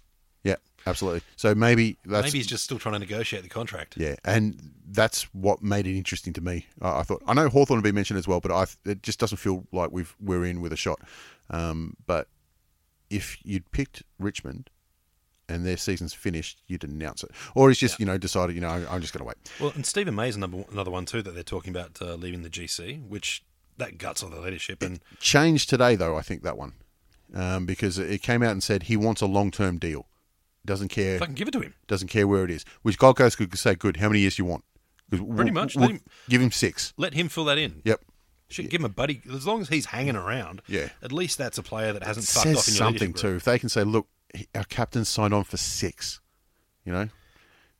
Speaker 1: yeah, absolutely. So maybe that's
Speaker 2: Maybe he's just still trying to negotiate the contract.
Speaker 1: Yeah, and that's what made it interesting to me. I, I thought I know Hawthorn had been mentioned as well, but I it just doesn't feel like we've we're in with a shot. Um, but if you'd picked Richmond and their season's finished, you'd announce it, or he's just you know decided you know I- I'm just going to wait.
Speaker 2: Well, and Stephen May's another another one too that they're talking about uh, leaving the GC, which that guts all the leadership. And
Speaker 1: Changed today though, I think that one um, because it came out and said he wants a long term deal, doesn't care
Speaker 2: fucking give it to him.
Speaker 1: doesn't care where it is. Which Gold Coast could say, good, how many years do you want? 'Cause we'll-
Speaker 2: Pretty much,
Speaker 1: we'll
Speaker 2: let him-
Speaker 1: give him six.
Speaker 2: Let him fill that in.
Speaker 1: Yep.
Speaker 2: Shit, give him a buddy. As long as he's hanging around,
Speaker 1: Yeah.
Speaker 2: At least that's a player that hasn't
Speaker 1: It
Speaker 2: fucked
Speaker 1: says
Speaker 2: off in your
Speaker 1: something
Speaker 2: leadership
Speaker 1: too.
Speaker 2: group.
Speaker 1: If they can say, "Look, he- our captain signed on for six, you know,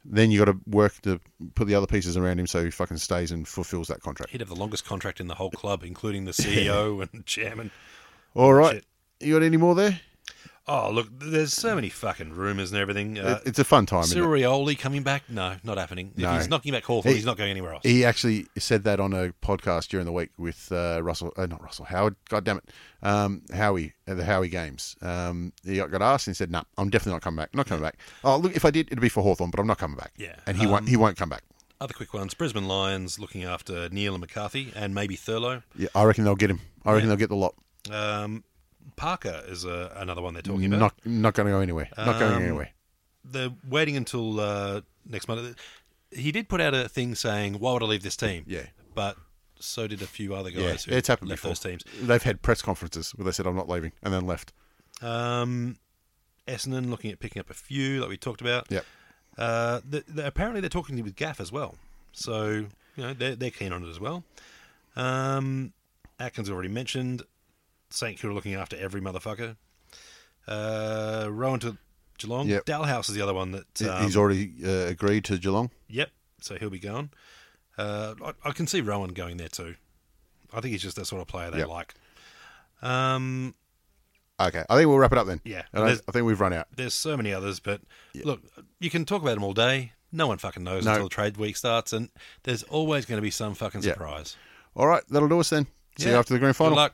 Speaker 1: then you got to work to put the other pieces around him so he fucking stays and fulfills that contract.
Speaker 2: He'd have the longest contract in the whole club, including the CEO and chairman.
Speaker 1: All right,
Speaker 2: Shit.
Speaker 1: you got any more there?
Speaker 2: Oh, look, there's so many fucking rumours and everything. Uh,
Speaker 1: It- it's a fun time. isn't it?
Speaker 2: Sirioli coming back? No, not happening. If
Speaker 1: No.
Speaker 2: he's knocking back Hawthorn,
Speaker 1: He-
Speaker 2: he's not going anywhere else.
Speaker 1: He actually said that on a podcast during the week with uh, Russell, uh, not Russell Howard. God damn it, um, Howie at the Howie games. Um, he got got asked and he said, "No, I'm definitely not coming back. Not coming back. Oh, look, if I did, it'd be for Hawthorn, but I'm not coming back.
Speaker 2: Yeah. Um,
Speaker 1: and he won't. He won't come back.
Speaker 2: Other quick ones: Brisbane Lions looking after Neil and McCarthy, and maybe Thurlow.
Speaker 1: Yeah, I reckon they'll get him. I reckon they'll get the lot.
Speaker 2: Um, Parker is uh, another one they're talking about.
Speaker 1: Not not going to go anywhere. Not
Speaker 2: Um,
Speaker 1: going anywhere.
Speaker 2: they're waiting until uh, next month. He did put out a thing saying, "Why would I leave this team?"
Speaker 1: Yeah.
Speaker 2: but so did a few other
Speaker 1: Yeah,
Speaker 2: guys who
Speaker 1: it's happened
Speaker 2: left
Speaker 1: before.
Speaker 2: those teams.
Speaker 1: They've had press conferences where they said, "I'm not leaving," and then left.
Speaker 2: Um, Essendon looking at picking up a few, like we talked about.
Speaker 1: Yep.
Speaker 2: Uh, th th- apparently, they're talking with Gaff as well, so you know they're they're keen on it as well. Um, Atkins already mentioned St. Kilda looking after every motherfucker. Uh, Rowan to Geelong.
Speaker 1: Yep.
Speaker 2: Dalhouse is the other one that
Speaker 1: He-
Speaker 2: um,
Speaker 1: He's already uh, agreed to Geelong.
Speaker 2: Yep. So he'll be gone. Uh, I, I can see Rowan going there too. I think he's just that sort of player they
Speaker 1: Yep.
Speaker 2: like. Um,
Speaker 1: Okay, I think we'll wrap it up then.
Speaker 2: Yeah.
Speaker 1: I, don't-
Speaker 2: There's-
Speaker 1: I think we've run out.
Speaker 2: there's so many others, but look, you can talk about them all day. No one fucking knows
Speaker 1: No.
Speaker 2: until trade week starts, and there's always going to be some fucking
Speaker 1: Yeah.
Speaker 2: surprise.
Speaker 1: All right, that'll do us then. See you
Speaker 2: Yeah.
Speaker 1: after the grand
Speaker 2: Good
Speaker 1: final.
Speaker 2: luck.